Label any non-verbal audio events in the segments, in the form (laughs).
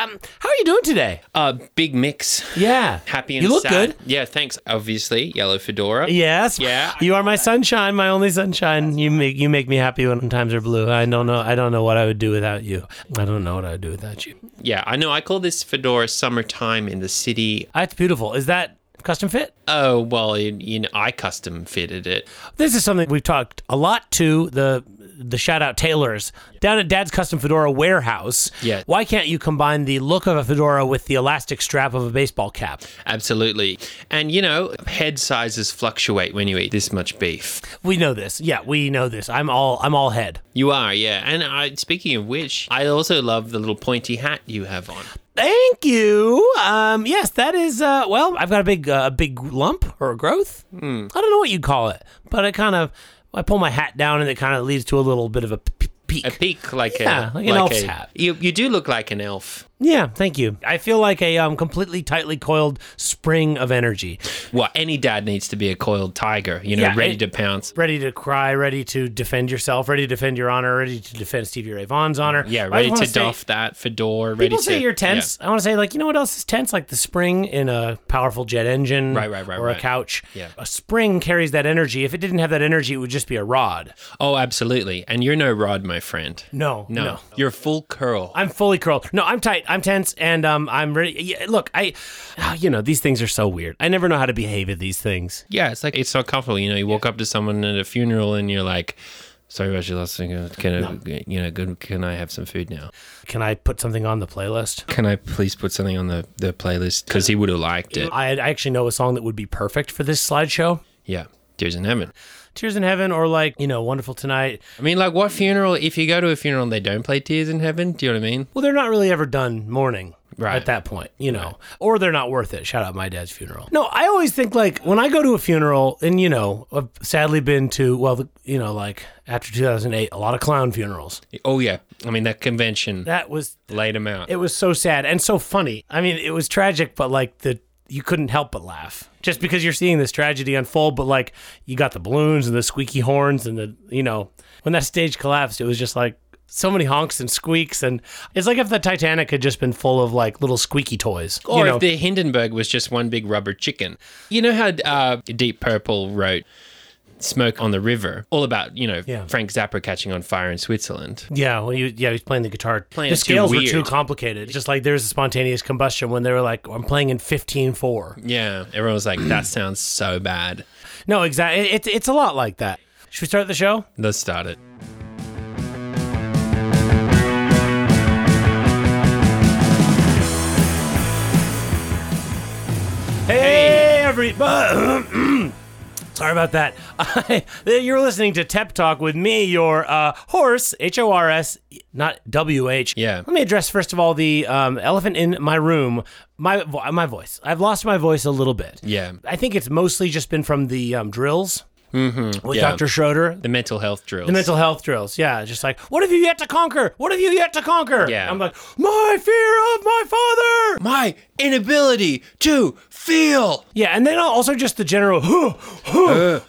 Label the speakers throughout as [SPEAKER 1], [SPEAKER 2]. [SPEAKER 1] Um, how are you doing today?
[SPEAKER 2] Uh, big mix.
[SPEAKER 1] Yeah.
[SPEAKER 2] Happy and
[SPEAKER 1] You look
[SPEAKER 2] sad.
[SPEAKER 1] good.
[SPEAKER 2] Yeah, thanks. Obviously, yellow fedora.
[SPEAKER 1] Yes.
[SPEAKER 2] Yeah.
[SPEAKER 1] You are my sunshine, my only sunshine. You make you make me happy when times are blue. I don't know. I don't know what I would do without you. I don't know what I would do without you.
[SPEAKER 2] Yeah, I know. I call this fedora summertime in the city.
[SPEAKER 1] That's Ah, beautiful. Is that custom fit?
[SPEAKER 2] Oh well, you, you know, I custom fitted it.
[SPEAKER 1] This is something we've talked a lot to the the shout out tailors down at Dad's Custom Fedora Warehouse.
[SPEAKER 2] Yeah.
[SPEAKER 1] Why can't you combine the look of a fedora with the elastic strap of a baseball cap?
[SPEAKER 2] Absolutely. And you know, head sizes fluctuate when you eat this much beef.
[SPEAKER 1] We know this. Yeah, we know this. I'm all I'm all head.
[SPEAKER 2] You are, yeah. And I, speaking of which, I also love the little pointy hat you have on.
[SPEAKER 1] Thank you. Um, yes, that is. Uh, well, I've got a big, uh, a big lump or a growth.
[SPEAKER 2] Hmm.
[SPEAKER 1] I don't know what you'd call it, but I kind of, I pull my hat down and it kind of leads to a little bit of a p- peak.
[SPEAKER 2] A peak, like
[SPEAKER 1] Yeah,
[SPEAKER 2] a
[SPEAKER 1] like an elf's
[SPEAKER 2] a-
[SPEAKER 1] hat.
[SPEAKER 2] You you do look like an elf.
[SPEAKER 1] yeah, thank you. I feel like a um, completely tightly coiled spring of energy,
[SPEAKER 2] Well, any dad needs to be a coiled tiger. You know,
[SPEAKER 1] Yeah,
[SPEAKER 2] ready
[SPEAKER 1] it-
[SPEAKER 2] to pounce.
[SPEAKER 1] ready to cry, ready to defend yourself, ready to defend your honor, ready to defend Stevie Ray Vaughan's honor.
[SPEAKER 2] Yeah,
[SPEAKER 1] I
[SPEAKER 2] ready
[SPEAKER 1] wanna
[SPEAKER 2] to
[SPEAKER 1] say-
[SPEAKER 2] doff that fedora. Ready
[SPEAKER 1] People
[SPEAKER 2] to
[SPEAKER 1] say you're
[SPEAKER 2] yeah.
[SPEAKER 1] tense. I want to say like you know what else is tense? Like the spring in a powerful jet engine,
[SPEAKER 2] Right, right, right,
[SPEAKER 1] or a
[SPEAKER 2] right.
[SPEAKER 1] couch.
[SPEAKER 2] Yeah.
[SPEAKER 1] a spring carries that energy. If it didn't have that energy, it would just be a rod.
[SPEAKER 2] Oh, absolutely. And you're no rod, my friend.
[SPEAKER 1] No, no.
[SPEAKER 2] No, you're full curl.
[SPEAKER 1] I'm fully curled. No, I'm tight. I'm tense, and um, I'm ready. Yeah, look, I, ah, you know, these things are so weird. I never know how to behave at these things.
[SPEAKER 2] yeah, it's like it's not comfortable. You know, you walk up to someone at a funeral and you're like, "Sorry about your last thing. uh, Can I, you know, good? Can I have some food now?
[SPEAKER 1] Can I put something on the playlist?
[SPEAKER 2] Can I please put something on the the playlist? Because he would have liked it.
[SPEAKER 1] I, I actually know a song that would be perfect for this slideshow.
[SPEAKER 2] Yeah, tears in heaven.
[SPEAKER 1] Tears in Heaven, or like you know, Wonderful Tonight.
[SPEAKER 2] I mean, like, what funeral? If you go to a funeral and they don't play tears in heaven, do you know what I mean?
[SPEAKER 1] Well, they're not really ever done mourning
[SPEAKER 2] Right.
[SPEAKER 1] at that point, you know, or they're not worth it. Shout out my dad's funeral. No, I always think like when I go to a funeral, and you know, I've sadly been to well, the, you know, like after 2008, a lot of clown funerals.
[SPEAKER 2] Oh yeah, I mean that convention
[SPEAKER 1] That was
[SPEAKER 2] laid them out.
[SPEAKER 1] it was so sad and so funny. I mean, it was tragic, but like the you couldn't help but laugh just because you're seeing this tragedy unfold. But like you got the balloons and the squeaky horns and the you know when that stage collapsed, it was just like so many honks and squeaks and it's like if the Titanic had just been full of like little squeaky toys.
[SPEAKER 2] Or
[SPEAKER 1] you know,
[SPEAKER 2] if the Hindenburg was just one big rubber chicken. You know how uh, Deep Purple wrote Smoke on the River, all about, you know,
[SPEAKER 1] Yeah.
[SPEAKER 2] Frank Zappa catching on fire in Switzerland.
[SPEAKER 1] yeah, well, you, yeah, he's playing the guitar.
[SPEAKER 2] Playing
[SPEAKER 1] the
[SPEAKER 2] it too
[SPEAKER 1] scales were
[SPEAKER 2] weird.
[SPEAKER 1] too complicated. Just like there's a spontaneous combustion when they were like, I'm playing in 15 4.
[SPEAKER 2] Yeah, everyone was like, that sounds so bad.
[SPEAKER 1] No, exactly. It's it's a lot like that. Should we start the show?
[SPEAKER 2] Let's start it.
[SPEAKER 1] Hey, (clears throat) everybody. Sorry about that. (laughs) you're listening to Tep Talk with me, your uh, horse, H O R S, not W H.
[SPEAKER 2] Yeah.
[SPEAKER 1] Let me address first of all the um, elephant in my room, my vo- my voice. I've lost my voice a little bit.
[SPEAKER 2] Yeah.
[SPEAKER 1] I think it's mostly just been from the um, drills with
[SPEAKER 2] Mm-hmm. yeah.
[SPEAKER 1] Dr. Schroeder.
[SPEAKER 2] The mental health drills.
[SPEAKER 1] The mental health drills, yeah. Just like, what have you yet to conquer? What have you yet to conquer?
[SPEAKER 2] Yeah.
[SPEAKER 1] I'm like, my fear of my father.
[SPEAKER 2] My inability to feel.
[SPEAKER 1] Yeah, and then also just the general,
[SPEAKER 2] Yeah,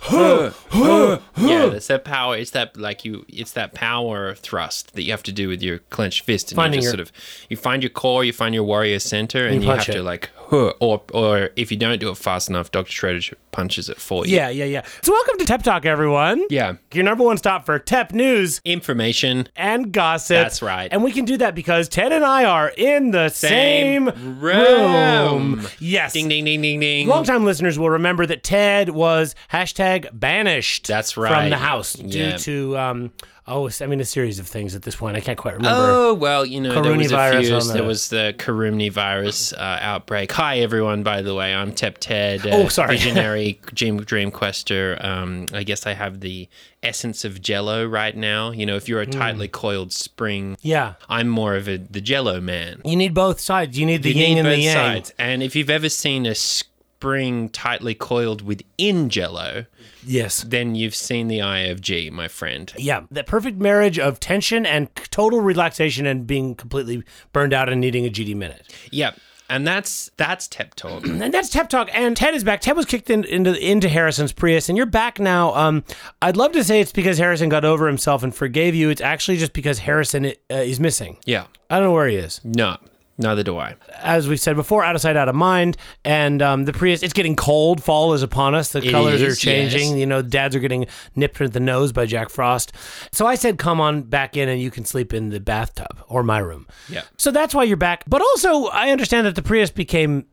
[SPEAKER 2] that's that power. It's that like you. It's that power thrust that you have to do with your clenched fist, and
[SPEAKER 1] Finding
[SPEAKER 2] you just
[SPEAKER 1] your-
[SPEAKER 2] sort of you find your core, you find your warrior center, and you,
[SPEAKER 1] punch
[SPEAKER 2] have to
[SPEAKER 1] it.
[SPEAKER 2] like, huh, or or if you don't do it fast enough, Doctor Schroeder punches it for you.
[SPEAKER 1] Yeah, yeah, yeah. So welcome to Tep Talk, everyone.
[SPEAKER 2] Yeah.
[SPEAKER 1] Your number one stop for Tep news
[SPEAKER 2] Information.
[SPEAKER 1] and gossip.
[SPEAKER 2] That's right.
[SPEAKER 1] And we can do that because Ted and I are in the same,
[SPEAKER 2] Same
[SPEAKER 1] room.
[SPEAKER 2] room.
[SPEAKER 1] Yes.
[SPEAKER 2] Ding ding ding ding ding.
[SPEAKER 1] Longtime listeners will remember that Ted was hashtag banished.
[SPEAKER 2] That's
[SPEAKER 1] From
[SPEAKER 2] right.
[SPEAKER 1] the house due
[SPEAKER 2] Yeah.
[SPEAKER 1] to, um, oh, I mean, a series of things at this point. I can't quite remember.
[SPEAKER 2] Oh well, you know there was a
[SPEAKER 1] Coronavirus
[SPEAKER 2] few.
[SPEAKER 1] on the-
[SPEAKER 2] There was the coronavirus uh, outbreak. Hi everyone, by the way, I'm Tep Ted. Uh,
[SPEAKER 1] Oh, sorry. (laughs)
[SPEAKER 2] visionary dream dream quester. Um, I guess I have the essence of Jello right now. You know, if
[SPEAKER 1] Hmm.
[SPEAKER 2] you're a tightly coiled spring,
[SPEAKER 1] Yeah.
[SPEAKER 2] I'm more of a the Jello man.
[SPEAKER 1] You need both sides. You need the
[SPEAKER 2] You
[SPEAKER 1] yin
[SPEAKER 2] need
[SPEAKER 1] and
[SPEAKER 2] both
[SPEAKER 1] the yang.
[SPEAKER 2] sides. And if you've ever seen a spring tightly coiled within Jello,
[SPEAKER 1] Yes.
[SPEAKER 2] then you've seen the eye of G, my friend.
[SPEAKER 1] Yeah, that perfect marriage of tension and total relaxation and being completely burned out and needing a GD minute.
[SPEAKER 2] Yep. And that's that's
[SPEAKER 1] (clears throat)
[SPEAKER 2] Tep Talk.
[SPEAKER 1] And that's Tep Talk. And Ted is back. Ted was kicked in, into into Harrison's Prius, and you're back now. Um, I'd love to say it's because Harrison got over himself and forgave you. It's actually just because Harrison uh, is missing.
[SPEAKER 2] yeah.
[SPEAKER 1] I don't know where he is.
[SPEAKER 2] No. Neither do I.
[SPEAKER 1] as we said before, out of sight, out of mind. And um, the Prius, it's getting cold. Fall is upon us. The
[SPEAKER 2] It
[SPEAKER 1] colors
[SPEAKER 2] is,
[SPEAKER 1] are changing.
[SPEAKER 2] yes.
[SPEAKER 1] You know, dads are getting nipped at the nose by Jack Frost. So I said, come on back in and you can sleep in the bathtub or my room.
[SPEAKER 2] Yeah.
[SPEAKER 1] So that's why you're back. But also, I understand that the Prius became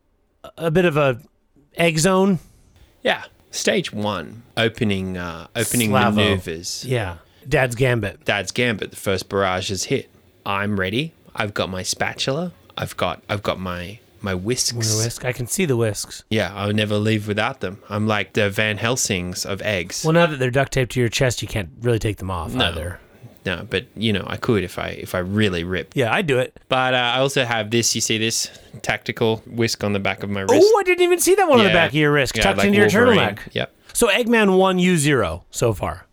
[SPEAKER 1] a- a bit of a egg zone.
[SPEAKER 2] Yeah. Stage one, opening uh, opening
[SPEAKER 1] Slavo.
[SPEAKER 2] maneuvers.
[SPEAKER 1] Yeah. Dad's gambit.
[SPEAKER 2] Dad's gambit. The first barrage is hit. I'm ready. I've got my spatula. I've got I've got my my
[SPEAKER 1] The
[SPEAKER 2] whisks.
[SPEAKER 1] whisk. I can see the whisks.
[SPEAKER 2] Yeah, I'll never leave without them. I'm like the Van Helsings of eggs.
[SPEAKER 1] Well, now that they're duct taped to your chest, you can't really take them off either.
[SPEAKER 2] no, but you know I could if I if I really ripped.
[SPEAKER 1] Yeah, I do it.
[SPEAKER 2] But uh, I also have this. You see this tactical whisk on the back of my wrist.
[SPEAKER 1] Oh, I didn't even see that one on the
[SPEAKER 2] Yeah.
[SPEAKER 1] back of your wrist,
[SPEAKER 2] Yeah,
[SPEAKER 1] tucked
[SPEAKER 2] like
[SPEAKER 1] into your
[SPEAKER 2] Wolverine.
[SPEAKER 1] turtleneck.
[SPEAKER 2] Yep.
[SPEAKER 1] So Eggman one, you zero so far.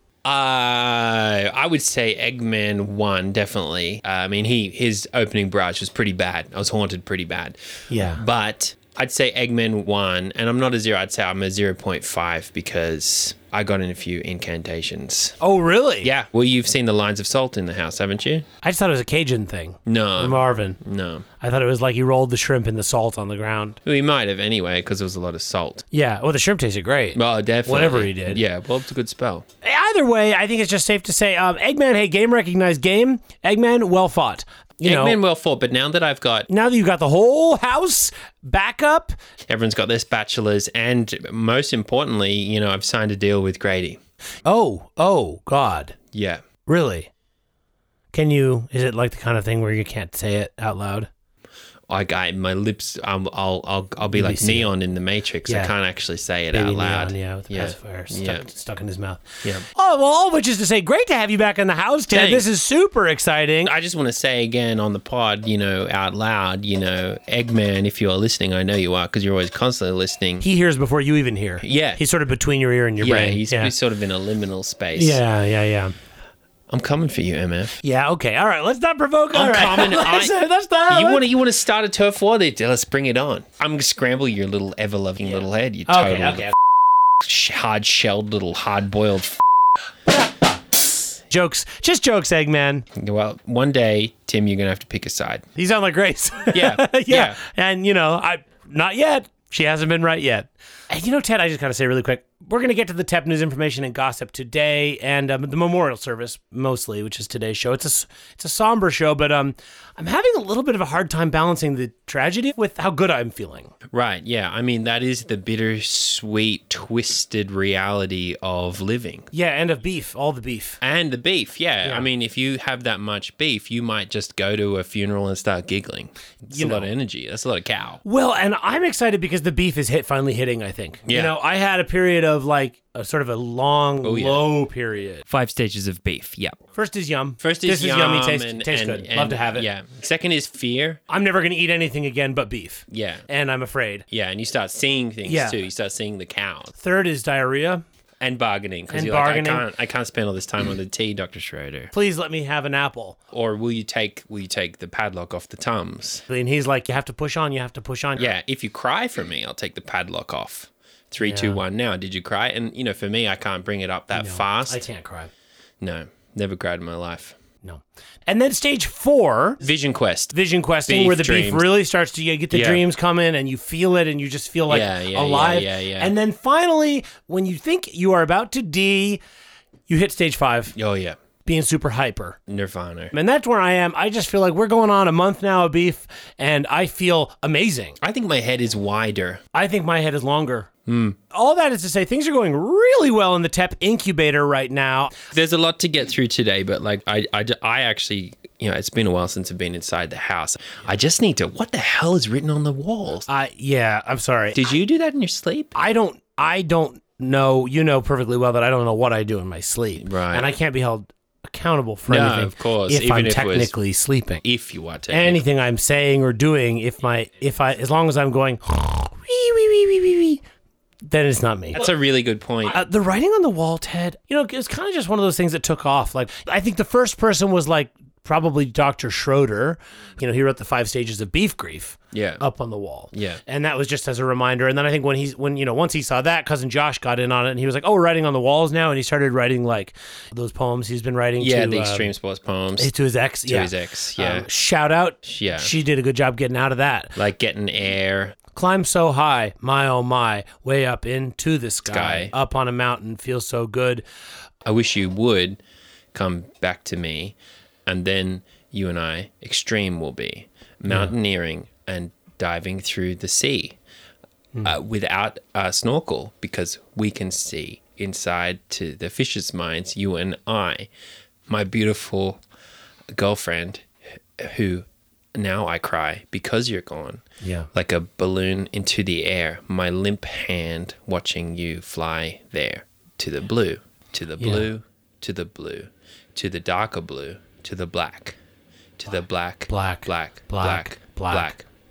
[SPEAKER 2] Uh, I would say Eggman one definitely. Uh, I mean, he his opening barrage was pretty bad. I was haunted pretty bad.
[SPEAKER 1] Yeah.
[SPEAKER 2] But I'd say Eggman one, and I'm not a zero. I'd say I'm a zero point five because I got in a few incantations.
[SPEAKER 1] Oh, really?
[SPEAKER 2] Yeah. Well, you've seen the lines of salt in the house, haven't you?
[SPEAKER 1] I just thought it was a Cajun thing.
[SPEAKER 2] No.
[SPEAKER 1] Marvin.
[SPEAKER 2] No.
[SPEAKER 1] I thought it was like he rolled the shrimp in the salt on the ground.
[SPEAKER 2] We might have anyway because there was a lot of salt.
[SPEAKER 1] Yeah. Well, the shrimp tasted great.
[SPEAKER 2] Well, definitely.
[SPEAKER 1] Whatever he did.
[SPEAKER 2] Yeah. Well, it's a good spell.
[SPEAKER 1] Either way, I think it's just safe to say, um, Eggman, hey, game recognized game. Eggman, well fought. You
[SPEAKER 2] Eggman
[SPEAKER 1] know,
[SPEAKER 2] well fought, but now that I've got
[SPEAKER 1] now that you've got the whole house back up,
[SPEAKER 2] everyone's got their spatulas, and most importantly, you know, I've signed a deal with Grady.
[SPEAKER 1] oh, oh, God,
[SPEAKER 2] Yeah.
[SPEAKER 1] really? Can you? Is it like the kind of thing where you can't say it out loud?
[SPEAKER 2] I I- my lips. I'm, I'll I'll I'll be like
[SPEAKER 1] see
[SPEAKER 2] neon in the Matrix.
[SPEAKER 1] Yeah.
[SPEAKER 2] I can't actually say it
[SPEAKER 1] Baby
[SPEAKER 2] out loud.
[SPEAKER 1] Neon, yeah, with the
[SPEAKER 2] yeah.
[SPEAKER 1] pacifier stuck,
[SPEAKER 2] Yeah.
[SPEAKER 1] stuck in his mouth.
[SPEAKER 2] Yeah.
[SPEAKER 1] Oh, well, all which is to say, great to have you back in the house, Ted.
[SPEAKER 2] Thanks.
[SPEAKER 1] This is super exciting.
[SPEAKER 2] I just want to say again on the pod, you know, out loud, you know, Eggman, if you are listening, I know you are because you're always constantly listening.
[SPEAKER 1] He hears before you even hear.
[SPEAKER 2] Yeah.
[SPEAKER 1] He's sort of between your ear and your
[SPEAKER 2] yeah,
[SPEAKER 1] brain.
[SPEAKER 2] he's,
[SPEAKER 1] yeah.
[SPEAKER 2] he's sort of in a liminal space.
[SPEAKER 1] yeah, yeah, yeah.
[SPEAKER 2] I'm coming for you, MF.
[SPEAKER 1] Yeah, okay. All right, let's not provoke. all right.
[SPEAKER 2] coming.
[SPEAKER 1] (laughs) Let's-
[SPEAKER 2] I-
[SPEAKER 1] let's not-
[SPEAKER 2] You want to you want to start a turf war? There, let's bring it on. I'm gonna scramble your little ever loving little head. You
[SPEAKER 1] Okay,
[SPEAKER 2] total
[SPEAKER 1] okay.
[SPEAKER 2] hard shelled little hard boiled. F-
[SPEAKER 1] Jokes. Just jokes, Eggman.
[SPEAKER 2] well, one day, Tim, you're gonna have to pick a side.
[SPEAKER 1] He's on like (laughs) Grace.
[SPEAKER 2] (laughs) Yeah,
[SPEAKER 1] yeah.
[SPEAKER 2] yeah.
[SPEAKER 1] And, you know, I not yet. She hasn't been right yet. And, you know, Ted, I just got to say really quick we're going to get to the TEP news information and gossip today and um, the memorial service mostly, which is today's show. It's a, s- it's a somber show, but um, I'm having a little bit of a hard time balancing the tragedy with how good I'm feeling.
[SPEAKER 2] Right. Yeah. I mean, that is the bittersweet, twisted reality of living.
[SPEAKER 1] Yeah, and of beef, all the beef.
[SPEAKER 2] And the beef, yeah.
[SPEAKER 1] Yeah.
[SPEAKER 2] I mean, if you have that much beef, you might just go to a funeral and start giggling. It's a lot of energy. That's a lot of cow.
[SPEAKER 1] Well, and I'm excited because the beef is hit finally hitting, I think. You
[SPEAKER 2] Yeah.
[SPEAKER 1] know, I had a period of like a sort of a long,
[SPEAKER 2] yeah.
[SPEAKER 1] low period.
[SPEAKER 2] Five stages of beef. Yep.
[SPEAKER 1] First is yum.
[SPEAKER 2] First is,
[SPEAKER 1] this is
[SPEAKER 2] yum,
[SPEAKER 1] yummy. Tastes,
[SPEAKER 2] and-
[SPEAKER 1] tastes
[SPEAKER 2] and-
[SPEAKER 1] good.
[SPEAKER 2] and-
[SPEAKER 1] Love to have it.
[SPEAKER 2] Yeah. Second is fear.
[SPEAKER 1] I'm never going to eat anything again but beef.
[SPEAKER 2] Yeah.
[SPEAKER 1] And I'm afraid.
[SPEAKER 2] Yeah. And you start seeing things
[SPEAKER 1] Yeah.
[SPEAKER 2] too. You start seeing the cows
[SPEAKER 1] Third is diarrhea.
[SPEAKER 2] and bargaining because
[SPEAKER 1] And
[SPEAKER 2] you're
[SPEAKER 1] bargaining.
[SPEAKER 2] like, I can't, I can't spend all this time on the tea, Doctor Schroeder.
[SPEAKER 1] Please let me have an apple.
[SPEAKER 2] Or will you take will you take the padlock off the tums?
[SPEAKER 1] And he's like, you have to push on. You have to push on.
[SPEAKER 2] yeah, if you cry for me, I'll take the padlock off. Three, two, one. now. Did you cry? And you know, for me, I can't bring it up that fast.
[SPEAKER 1] I can't cry.
[SPEAKER 2] No, never cried in my life.
[SPEAKER 1] No. And then stage four,
[SPEAKER 2] Vision quest.
[SPEAKER 1] vision questing,
[SPEAKER 2] Beef
[SPEAKER 1] where the beef
[SPEAKER 2] dreams.
[SPEAKER 1] really starts to you get the
[SPEAKER 2] Yeah.
[SPEAKER 1] dreams come in and you feel it and you just feel like
[SPEAKER 2] Yeah, yeah, yeah,
[SPEAKER 1] alive.
[SPEAKER 2] yeah, yeah.
[SPEAKER 1] And then finally, when you think you are about to D, you hit stage five,
[SPEAKER 2] Oh yeah,
[SPEAKER 1] being super hyper.
[SPEAKER 2] Nirvana.
[SPEAKER 1] And that's where I am. I just feel like we're going on a month now of beef, and I feel amazing.
[SPEAKER 2] I think my head is wider.
[SPEAKER 1] I think my head is longer. All that is to say, things are going really well in the TEP incubator right now.
[SPEAKER 2] There's a lot to get through today, but like I, I, I actually, you know, it's been a while since I've been inside the house. I just need to. What the hell is written on the walls?
[SPEAKER 1] Uh, yeah, I'm sorry.
[SPEAKER 2] Did you do that in your sleep?
[SPEAKER 1] I don't I don't know you know perfectly well that I don't know what I do in my sleep.
[SPEAKER 2] Right.
[SPEAKER 1] And I can't be held accountable for
[SPEAKER 2] No,
[SPEAKER 1] anything.
[SPEAKER 2] of course,
[SPEAKER 1] If
[SPEAKER 2] even
[SPEAKER 1] I'm
[SPEAKER 2] if it was-
[SPEAKER 1] technically sleeping.
[SPEAKER 2] If you are taking.
[SPEAKER 1] Anything I'm saying or doing, if my if I as long as I'm going (laughs) wee wee wee wee wee wee then it's not me.
[SPEAKER 2] That's a really good point.
[SPEAKER 1] Uh, the writing on the wall, Ted, you know, it's kind of just one of those things that took off. Like, I think the first person was like probably Dr. Schroeder. You know, he wrote the five stages of beef grief
[SPEAKER 2] Yeah.
[SPEAKER 1] up on the wall.
[SPEAKER 2] Yeah.
[SPEAKER 1] And that was just as a reminder. And then I think when he's when you know once he saw that, cousin Josh got in on it, and he was like, "Oh, we're writing on the walls now," and he started writing like those poems he's been writing.
[SPEAKER 2] yeah,
[SPEAKER 1] to,
[SPEAKER 2] the
[SPEAKER 1] um,
[SPEAKER 2] extreme sports poems.
[SPEAKER 1] to his ex. To yeah. Um,
[SPEAKER 2] his ex, yeah.
[SPEAKER 1] shout out.
[SPEAKER 2] Yeah.
[SPEAKER 1] She did a good job getting out of that.
[SPEAKER 2] like getting air.
[SPEAKER 1] Climb so high, my oh my, way up into the sky,
[SPEAKER 2] Sky.
[SPEAKER 1] up on a mountain, feels so good.
[SPEAKER 2] I wish you would come back to me, and then you and I extreme will be mountaineering and diving through the sea uh, without a snorkel because we can see inside to the fish's minds. You and I, my beautiful girlfriend, who now I cry because you're gone.
[SPEAKER 1] Yeah.
[SPEAKER 2] Like a balloon into the air, my limp hand watching you fly there to the blue, to the blue, to the blue, to the darker blue, to the black, to the black,
[SPEAKER 1] Black.
[SPEAKER 2] black,
[SPEAKER 1] Black.
[SPEAKER 2] black,
[SPEAKER 1] Black.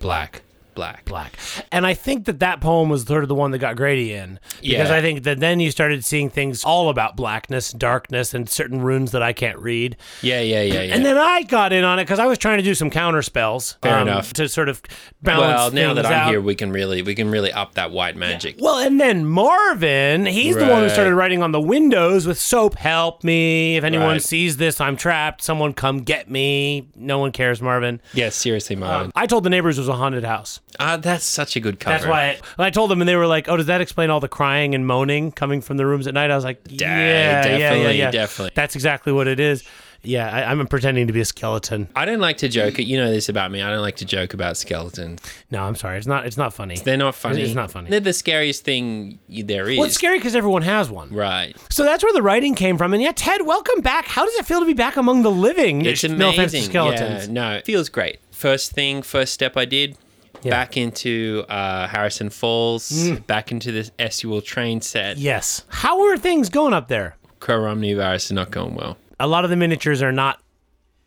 [SPEAKER 2] black, black, black,
[SPEAKER 1] Black. And I think that that poem was sort of the one that got Grady in. Because
[SPEAKER 2] Yeah.
[SPEAKER 1] I think that then you started seeing things all about blackness, darkness, and certain runes that I can't read.
[SPEAKER 2] Yeah, yeah, yeah, yeah.
[SPEAKER 1] And then I got in on it because I was trying to do some counter spells. um,
[SPEAKER 2] Fair enough.
[SPEAKER 1] To sort of balance
[SPEAKER 2] well, now that
[SPEAKER 1] things
[SPEAKER 2] I'm
[SPEAKER 1] out.
[SPEAKER 2] here, we can really we can really up that white magic.
[SPEAKER 1] Well, and then Marvin, he's the one who
[SPEAKER 2] Right.
[SPEAKER 1] started writing on the windows with soap, help me. If anyone
[SPEAKER 2] Right.
[SPEAKER 1] sees this, I'm trapped. Someone come get me. No one cares, Marvin.
[SPEAKER 2] Yeah, seriously, Marvin.
[SPEAKER 1] I told the neighbors it was a haunted house.
[SPEAKER 2] Um, Ah, that's such a good cover.
[SPEAKER 1] That's why I, when I told them, and they were like, "Oh, does that explain all the crying and moaning coming from the rooms at night?" I was like, "Yeah, yeah, yeah,
[SPEAKER 2] definitely,
[SPEAKER 1] yeah,
[SPEAKER 2] definitely.
[SPEAKER 1] That's exactly what it is." Yeah, I, I'm pretending to be a skeleton.
[SPEAKER 2] I don't like to joke. You know this about me. I don't like to joke about skeletons.
[SPEAKER 1] No, I'm sorry. It's not. It's not funny.
[SPEAKER 2] They're not funny.
[SPEAKER 1] It's not funny.
[SPEAKER 2] They're the scariest thing y- there is.
[SPEAKER 1] well, it's scary because everyone has one.
[SPEAKER 2] right.
[SPEAKER 1] So that's where the writing came from. And yeah, Ted, welcome back. How does it feel to be back among the living?
[SPEAKER 2] It's amazing.
[SPEAKER 1] No offense to
[SPEAKER 2] Yeah,
[SPEAKER 1] skeletons.
[SPEAKER 2] no, it feels great. First thing, first step I did, back into uh, Harrison Falls,
[SPEAKER 1] Mm.
[SPEAKER 2] back into this Essex train set.
[SPEAKER 1] Yes. How are things going up there?
[SPEAKER 2] Coronavirus is not going well.
[SPEAKER 1] A lot of the miniatures are not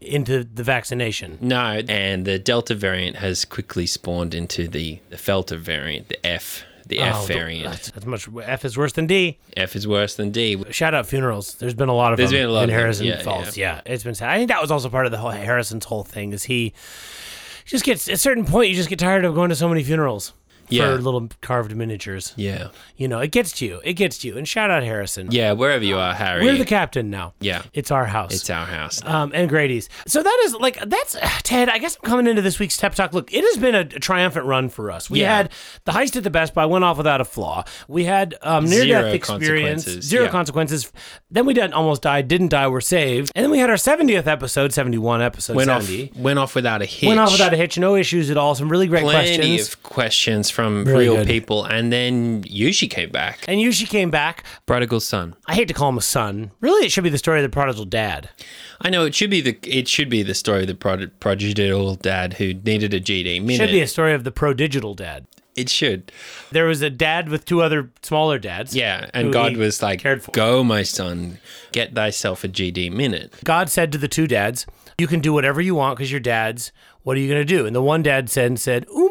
[SPEAKER 1] into the vaccination.
[SPEAKER 2] No, and the Delta variant has quickly spawned into the, the Felter variant, the F, the
[SPEAKER 1] Oh,
[SPEAKER 2] F variant.
[SPEAKER 1] That's, that's much. F is worse than D.
[SPEAKER 2] F is worse than D.
[SPEAKER 1] Shout out funerals. There's been a lot of
[SPEAKER 2] There's
[SPEAKER 1] them
[SPEAKER 2] been a
[SPEAKER 1] in
[SPEAKER 2] lot of them.
[SPEAKER 1] Harrison
[SPEAKER 2] Yeah,
[SPEAKER 1] Falls. Yeah. it's been sad. I think that was also part of the whole Harrison's whole thing is he just gets at a certain point you just get tired of going to so many funerals
[SPEAKER 2] Yeah.
[SPEAKER 1] for little carved miniatures.
[SPEAKER 2] Yeah.
[SPEAKER 1] You know, it gets to you. It gets to you. And shout out Harrison.
[SPEAKER 2] Yeah, wherever you are, Harry.
[SPEAKER 1] We're the captain now.
[SPEAKER 2] Yeah.
[SPEAKER 1] It's our house.
[SPEAKER 2] it's our house.
[SPEAKER 1] um, and Grady's. So that is like that's (sighs) Ted. I guess I'm coming into this week's Tep Talk. Look, it has been a triumphant run for us. We
[SPEAKER 2] Yeah.
[SPEAKER 1] had the heist at the Best Buy went off without a flaw. We had um, near death
[SPEAKER 2] Zero
[SPEAKER 1] experience,
[SPEAKER 2] consequences,
[SPEAKER 1] zero
[SPEAKER 2] yeah.
[SPEAKER 1] consequences. Then we did almost died, didn't die, we're saved. And then we had our 70th episode, 71 episode
[SPEAKER 2] went
[SPEAKER 1] 70.
[SPEAKER 2] off went off without a hitch.
[SPEAKER 1] Went off without a hitch, no issues at all. Some really great
[SPEAKER 2] plenty
[SPEAKER 1] questions.
[SPEAKER 2] of questions from
[SPEAKER 1] Really
[SPEAKER 2] real
[SPEAKER 1] good.
[SPEAKER 2] people, and then Yushi came back.
[SPEAKER 1] and you, she came back.
[SPEAKER 2] Prodigal son.
[SPEAKER 1] I hate to call him a son. Really, it should be the story of the prodigal dad.
[SPEAKER 2] I know it should be the it should be the story of the prod- prodigal dad who needed a GD minute.
[SPEAKER 1] Should be a story of the pro digital dad.
[SPEAKER 2] it should.
[SPEAKER 1] There was a dad with two other smaller dads.
[SPEAKER 2] Yeah, and
[SPEAKER 1] who
[SPEAKER 2] God
[SPEAKER 1] he
[SPEAKER 2] was like,
[SPEAKER 1] cared for.
[SPEAKER 2] "Go, my son, get thyself a GD minute."
[SPEAKER 1] God said to the two dads, "You can do whatever you want because you're dads. What are you going to do?" And the one dad said, and "said "Ooh,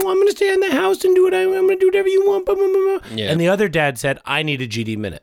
[SPEAKER 1] mm, I'm going to stay in the house and do what I, I'm going to do whatever you want." blah, blah, blah, blah."
[SPEAKER 2] Yeah.
[SPEAKER 1] And the other dad said, "I need a GD minute."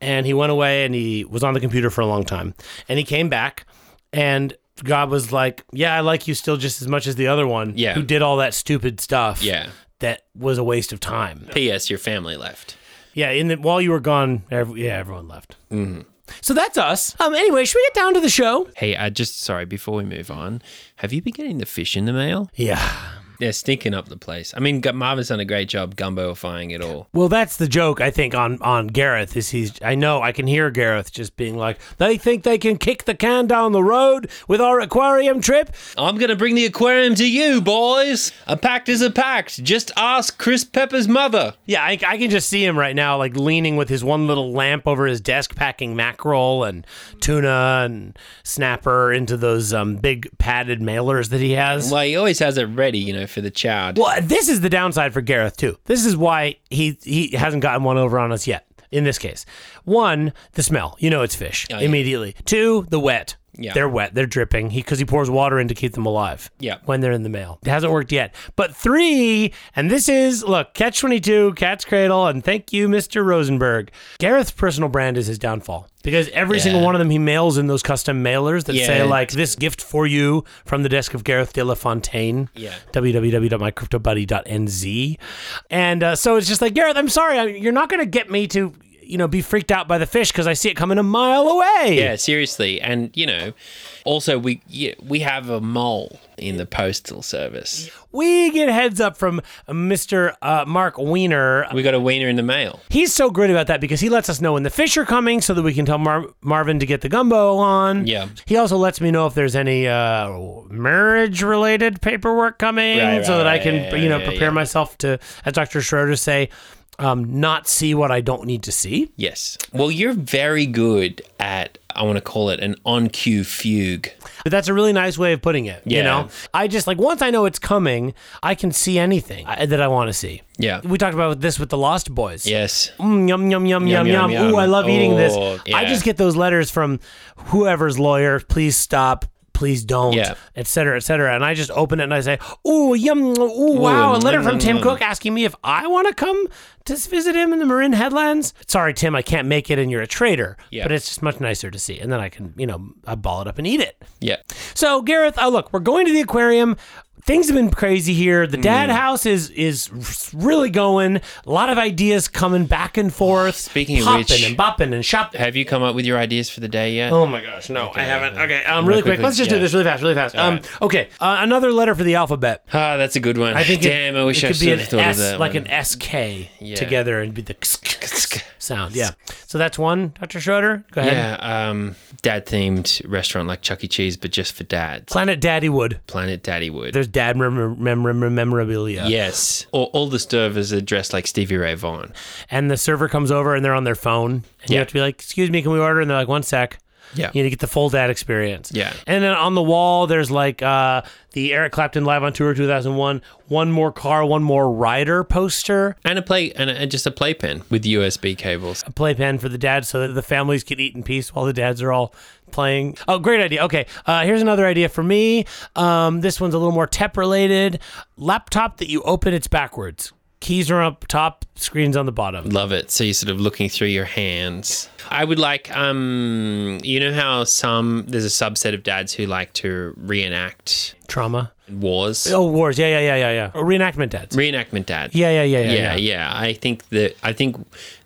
[SPEAKER 1] And he went away and he was on the computer for a long time. And he came back, and God was like, "Yeah, I like you still just as much as the other one
[SPEAKER 2] Yeah.
[SPEAKER 1] who did all that stupid stuff.
[SPEAKER 2] Yeah.
[SPEAKER 1] that was a waste of time."
[SPEAKER 2] P.S. Your family left.
[SPEAKER 1] Yeah, in the, while you were gone, ev yeah, everyone left. Mm-hmm. So that's us. Um. Anyway, should we get down to the show?
[SPEAKER 2] Hey, I just sorry before we move on. Have you been getting the fish in the mail?
[SPEAKER 1] Yeah.
[SPEAKER 2] They're stinking up the place. I mean, Gu- Marvin's done a great job gumboifying it all.
[SPEAKER 1] Well, that's the joke I think on on Gareth is he's. I know I can hear Gareth just being like, they think they can kick the can down the road with our aquarium trip.
[SPEAKER 2] I'm going to bring the aquarium to you, boys. A pact is a pact. Just ask Chris Pepper's mother.
[SPEAKER 1] Yeah, I, I can just see him right now, like leaning with his one little lamp over his desk, packing mackerel and tuna and snapper into those um, big padded mailers that he has.
[SPEAKER 2] Well, he always has it ready, you know, for the child.
[SPEAKER 1] Well, uh, this is the downside for Gareth too. This is why he he hasn't gotten one over on us yet. In this case, one, the smell. You know it's fish
[SPEAKER 2] Oh, yeah.
[SPEAKER 1] immediately. Two, the wet.
[SPEAKER 2] Yeah.
[SPEAKER 1] They're wet. They're dripping. He because he pours water in to keep them alive.
[SPEAKER 2] Yeah.
[SPEAKER 1] When they're in the mail, it hasn't worked yet. But three, and this is look catch twenty two, cat's cradle, and thank you, Mister Rosenberg. Gareth's personal brand is his downfall because every single
[SPEAKER 2] Yeah.
[SPEAKER 1] one of them he mails in those custom mailers that say
[SPEAKER 2] Yeah.
[SPEAKER 1] like this gift for you from the desk of Gareth de la Fontaine
[SPEAKER 2] Yeah.
[SPEAKER 1] www.mycryptobuddy.nz. And uh, so it's just like, Gareth, I'm sorry. I, you're not going to get me to, you know, be freaked out by the fish because I see it coming a mile away.
[SPEAKER 2] Yeah, seriously. And you know, also we yeah, we have a mole in the postal service.
[SPEAKER 1] We get heads up from Mr. Uh, Mark Wiener.
[SPEAKER 2] We got a wiener in the mail.
[SPEAKER 1] He's so great about that because he lets us know when the fish are coming so that we can tell Mar- Marvin to get the gumbo on.
[SPEAKER 2] Yeah.
[SPEAKER 1] He also lets me know if there's any uh, marriage related paperwork coming
[SPEAKER 2] Right,
[SPEAKER 1] so
[SPEAKER 2] right,
[SPEAKER 1] that I
[SPEAKER 2] right,
[SPEAKER 1] can,
[SPEAKER 2] yeah,
[SPEAKER 1] you know,
[SPEAKER 2] yeah,
[SPEAKER 1] prepare
[SPEAKER 2] yeah.
[SPEAKER 1] myself to, as Dr. Schroeder say, um, not see what I don't need to see.
[SPEAKER 2] Yes. Well, you're very good at I want to call it an on cue fugue.
[SPEAKER 1] But that's a really nice way of putting it. You
[SPEAKER 2] Yeah.
[SPEAKER 1] know, I just like once I know it's coming, I can see anything I, that I want to see.
[SPEAKER 2] Yeah.
[SPEAKER 1] We talked about this with the Lost Boys.
[SPEAKER 2] Yes.
[SPEAKER 1] Mm, yum, yum, yum, yum,
[SPEAKER 2] Yum,
[SPEAKER 1] yum,
[SPEAKER 2] yum, yum.
[SPEAKER 1] Ooh, I love eating this.
[SPEAKER 2] Oh,
[SPEAKER 1] I
[SPEAKER 2] yeah.
[SPEAKER 1] just get those letters from whoever's lawyer. Please stop. Please don't,
[SPEAKER 2] Yeah.
[SPEAKER 1] et cetera, et cetera. And I just open it and I say, ooh, yum, ooh, wow. A letter
[SPEAKER 2] nom,
[SPEAKER 1] from
[SPEAKER 2] nom,
[SPEAKER 1] Tim
[SPEAKER 2] nom.
[SPEAKER 1] Cook asking me if I want to come to s- visit him in the Marin Headlands. Sorry, Tim, I can't make it and you're a traitor.
[SPEAKER 2] Yeah.
[SPEAKER 1] But it's just much nicer to see. And then I can, you know, I ball it up and eat it.
[SPEAKER 2] Yeah.
[SPEAKER 1] So Gareth, oh look, we're going to the aquarium. Things have been crazy here. The
[SPEAKER 2] Mm.
[SPEAKER 1] dad house is is really going. A lot of ideas coming back and forth.
[SPEAKER 2] Speaking of
[SPEAKER 1] popping
[SPEAKER 2] which-
[SPEAKER 1] and bopping and shopping.
[SPEAKER 2] Have you come up with your ideas for the day yet?
[SPEAKER 1] Oh my gosh, no, I haven't. Okay, um, really quick,
[SPEAKER 2] quickly-
[SPEAKER 1] let's just do
[SPEAKER 2] yeah.
[SPEAKER 1] this really fast, really fast. Um, okay, uh, another letter for the alphabet.
[SPEAKER 2] Ah, that's a good one.
[SPEAKER 1] I think it-
[SPEAKER 2] Damn, I wish
[SPEAKER 1] it
[SPEAKER 2] I
[SPEAKER 1] could be
[SPEAKER 2] should
[SPEAKER 1] an
[SPEAKER 2] have thought
[SPEAKER 1] S,
[SPEAKER 2] of that.
[SPEAKER 1] like
[SPEAKER 2] one.
[SPEAKER 1] an SK
[SPEAKER 2] Yeah.
[SPEAKER 1] together and be the sound. Yeah. So that's one, Dr. Schroeder. Go ahead.
[SPEAKER 2] Yeah, um, dad themed restaurant like Chuck E. Cheese, but just for dads.
[SPEAKER 1] Planet Daddy Wood.
[SPEAKER 2] Planet Daddy would.
[SPEAKER 1] There's dad mem- mem- mem- memorabilia.
[SPEAKER 2] Yes. Or all the servers are dressed like Stevie Ray Vaughan.
[SPEAKER 1] and the server comes over and they're on their phone and you
[SPEAKER 2] Yeah.
[SPEAKER 1] have to be like excuse me can we order and they're like one sec
[SPEAKER 2] Yeah.
[SPEAKER 1] you need to get the full dad experience
[SPEAKER 2] Yeah.
[SPEAKER 1] and then on the wall there's like uh the eric clapton live on tour 2001 one more car one more rider poster
[SPEAKER 2] And a play and, a, and just a playpen with USB cables.
[SPEAKER 1] a playpen for the dads so that the families can eat in peace while the dads are all playing oh great idea okay uh, here's another idea for me um, this one's a little more tep related laptop that you open it's backwards keys are up top screens on the bottom
[SPEAKER 2] Love it. So you're sort of looking through your hands. I would like, um, you know how some there's a subset of dads who like to reenact
[SPEAKER 1] trauma
[SPEAKER 2] wars.
[SPEAKER 1] Oh, wars. Yeah, yeah, yeah, yeah, yeah. Or reenactment dads.
[SPEAKER 2] Reenactment dad.
[SPEAKER 1] Yeah, yeah, yeah, yeah.
[SPEAKER 2] yeah,
[SPEAKER 1] yeah.
[SPEAKER 2] yeah. I think that I think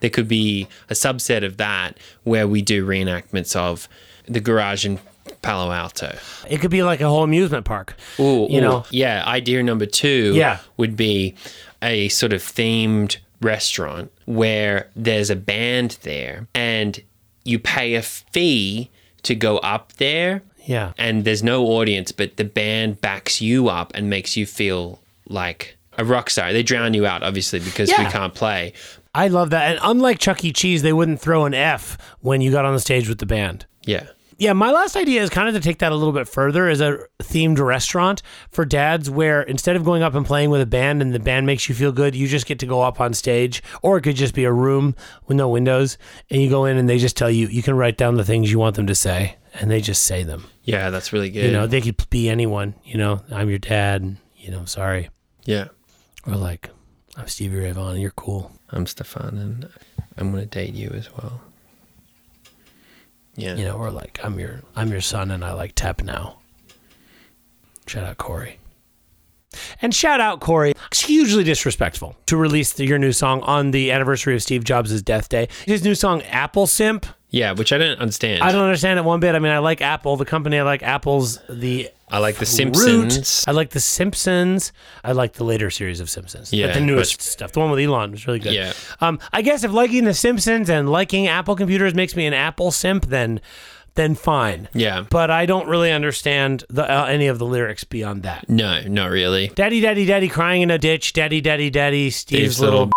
[SPEAKER 2] there could be a subset of that where we do reenactments of the garage in Palo Alto.
[SPEAKER 1] It could be like a whole amusement park.
[SPEAKER 2] Ooh,
[SPEAKER 1] You
[SPEAKER 2] ooh.
[SPEAKER 1] know?
[SPEAKER 2] yeah. Idea number two,
[SPEAKER 1] Yeah.
[SPEAKER 2] would be a sort of themed restaurant where there's a band there, and you pay a fee to go up there,
[SPEAKER 1] Yeah.
[SPEAKER 2] and there's no audience, but the band backs you up and makes you feel like a rock star. They drown you out, obviously, because we
[SPEAKER 1] Yeah.
[SPEAKER 2] can't play.
[SPEAKER 1] I love that. And unlike Chuck E. Cheese, they wouldn't throw an F when you got on the stage with the band.
[SPEAKER 2] Yeah.
[SPEAKER 1] Yeah, my last idea is kind of to take that a little bit further as a themed restaurant for dads where instead of going up and playing with a band and the band makes you feel good, you just get to go up on stage. Or it could just be a room with no windows and you go in and they just tell you, you can write down the things you want them to say and they just say them.
[SPEAKER 2] Yeah, that's really good.
[SPEAKER 1] You know, they could be anyone. You know, I'm your dad. And, you know, I'm sorry.
[SPEAKER 2] yeah.
[SPEAKER 1] Or like, I'm Stevie Ray Vaughan. and You're cool.
[SPEAKER 2] I'm Stefan and I'm going to date you as well. Yeah.
[SPEAKER 1] You know, or like, I'm your I'm your son, and I like tap now. Shout out Corey. And shout out Corey. It's hugely disrespectful to release the, your new song on the anniversary of Steve Jobs' death day. His new song, Apple Simp.
[SPEAKER 2] Yeah, which I don't understand.
[SPEAKER 1] I don't understand it one bit. I mean, I like Apple, the company. I like Apple's the
[SPEAKER 2] I like The
[SPEAKER 1] Root.
[SPEAKER 2] Simpsons.
[SPEAKER 1] I like The Simpsons. I like the later series of Simpsons.
[SPEAKER 2] Yeah,
[SPEAKER 1] But the newest
[SPEAKER 2] but-
[SPEAKER 1] stuff. The one with Elon was really good.
[SPEAKER 2] Yeah.
[SPEAKER 1] Um, I guess if liking The Simpsons and liking Apple computers makes me an Apple simp, then then fine.
[SPEAKER 2] Yeah.
[SPEAKER 1] But I don't really understand the, uh, any of the lyrics beyond that.
[SPEAKER 2] No, not really.
[SPEAKER 1] Daddy, daddy, daddy, crying in a ditch. Daddy, daddy, daddy, Steve's,
[SPEAKER 2] Dave's
[SPEAKER 1] little.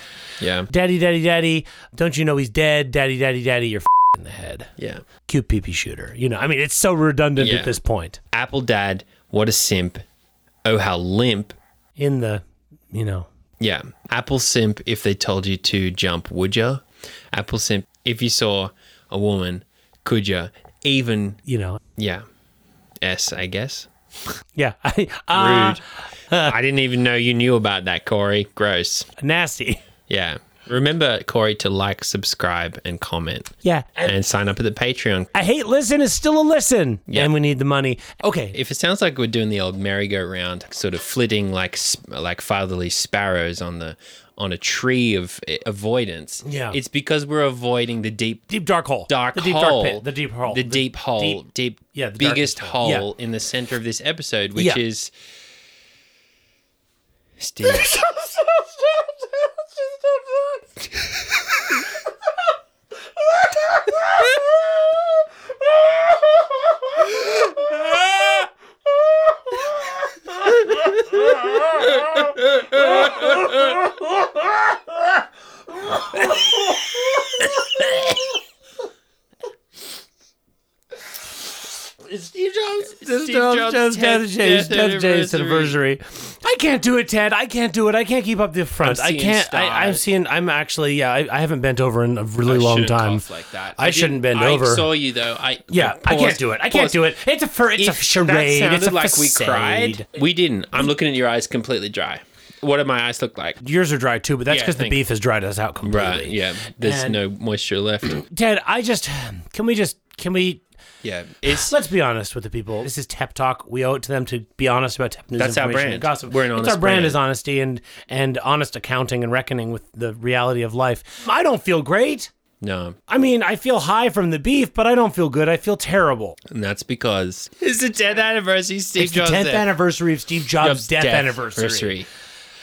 [SPEAKER 2] little Yeah.
[SPEAKER 1] daddy, daddy, daddy, don't you know he's dead? Daddy, daddy, daddy, you're f- in the head.
[SPEAKER 2] Yeah.
[SPEAKER 1] Cute pee pee shooter. You know, I mean, it's so redundant
[SPEAKER 2] Yeah.
[SPEAKER 1] at this point.
[SPEAKER 2] Apple Dad, what a simp. Oh, how limp.
[SPEAKER 1] In the, you know,
[SPEAKER 2] Yeah. Apple simp, if they told you to jump, would ya? Apple simp, if you saw a woman, could ya? even
[SPEAKER 1] you know.
[SPEAKER 2] yeah, S I guess.
[SPEAKER 1] Yeah. (laughs) uh,
[SPEAKER 2] Rude. (laughs) I didn't even know you knew about that, Corey. Gross.
[SPEAKER 1] Nasty.
[SPEAKER 2] Yeah. Remember, Corey, to like, subscribe, and comment,
[SPEAKER 1] Yeah.
[SPEAKER 2] and sign up at the Patreon.
[SPEAKER 1] I hate listen is still a listen.
[SPEAKER 2] Yeah.
[SPEAKER 1] And we need the money. Okay.
[SPEAKER 2] If it sounds like we're doing the old merry-go-round, sort of flitting like sp- like fatherly sparrows on the on a tree of eh, avoidance,
[SPEAKER 1] Yeah.
[SPEAKER 2] it's because we're avoiding the deep
[SPEAKER 1] Deep dark hole.
[SPEAKER 2] dark
[SPEAKER 1] the deep
[SPEAKER 2] hole,
[SPEAKER 1] dark pit. The deep hole. (laughs)
[SPEAKER 2] the, deep hole, deep,
[SPEAKER 1] yeah, the darkest
[SPEAKER 2] biggest hole
[SPEAKER 1] hole.
[SPEAKER 2] in the center of this episode, which
[SPEAKER 1] Yeah. (laughs)
[SPEAKER 2] is Steve.
[SPEAKER 1] Steve Jobs. Steve
[SPEAKER 2] Jobs'
[SPEAKER 1] Jobs. Jobs.
[SPEAKER 2] tenth-
[SPEAKER 1] Death J's.
[SPEAKER 2] death
[SPEAKER 1] Death J's
[SPEAKER 2] anniversary.
[SPEAKER 1] anniversary. I can't do it, Ted. I can't do it. I can't keep up the front. I
[SPEAKER 2] seeing
[SPEAKER 1] can't. I, I've
[SPEAKER 2] stars.
[SPEAKER 1] seen. I'm actually. Yeah. I, I haven't bent over in a really long
[SPEAKER 2] shouldn't
[SPEAKER 1] time.
[SPEAKER 2] cough like that.
[SPEAKER 1] I
[SPEAKER 2] didn't-
[SPEAKER 1] shouldn't bend
[SPEAKER 2] I
[SPEAKER 1] over.
[SPEAKER 2] saw you though. I
[SPEAKER 1] Yeah. I
[SPEAKER 2] pause,
[SPEAKER 1] can't do it. I can't
[SPEAKER 2] pause.
[SPEAKER 1] do it. It's a. Fur, it's a
[SPEAKER 2] If
[SPEAKER 1] charade.
[SPEAKER 2] That
[SPEAKER 1] It's a
[SPEAKER 2] sounded like we
[SPEAKER 1] facade.
[SPEAKER 2] cried. We didn't. I'm looking at your eyes completely dry. What do my eyes look like?
[SPEAKER 1] Yours are dry too, but that's
[SPEAKER 2] Yeah,
[SPEAKER 1] because the
[SPEAKER 2] thank-
[SPEAKER 1] beef has dried us out completely.
[SPEAKER 2] Right. Yeah. There's
[SPEAKER 1] And-
[SPEAKER 2] no moisture left.
[SPEAKER 1] Ted, I just can we just can we
[SPEAKER 2] (clears throat) (clears throat) yeah. It's
[SPEAKER 1] let's be honest with the people. This is Tep Talk. We owe it to them to be honest about Tep news.
[SPEAKER 2] That's our
[SPEAKER 1] information
[SPEAKER 2] brand.
[SPEAKER 1] and Gossip.
[SPEAKER 2] We're an
[SPEAKER 1] it's
[SPEAKER 2] honest
[SPEAKER 1] our brand,
[SPEAKER 2] brand.
[SPEAKER 1] is honesty and and honest accounting and reckoning with the reality of life. I don't feel great.
[SPEAKER 2] no.
[SPEAKER 1] I mean, I feel high from the beef, but I don't feel good. I feel terrible.
[SPEAKER 2] And that's because it's the 10th anniversary. Steve
[SPEAKER 1] It's the 10th anniversary of Steve Jobs', death, anniversary.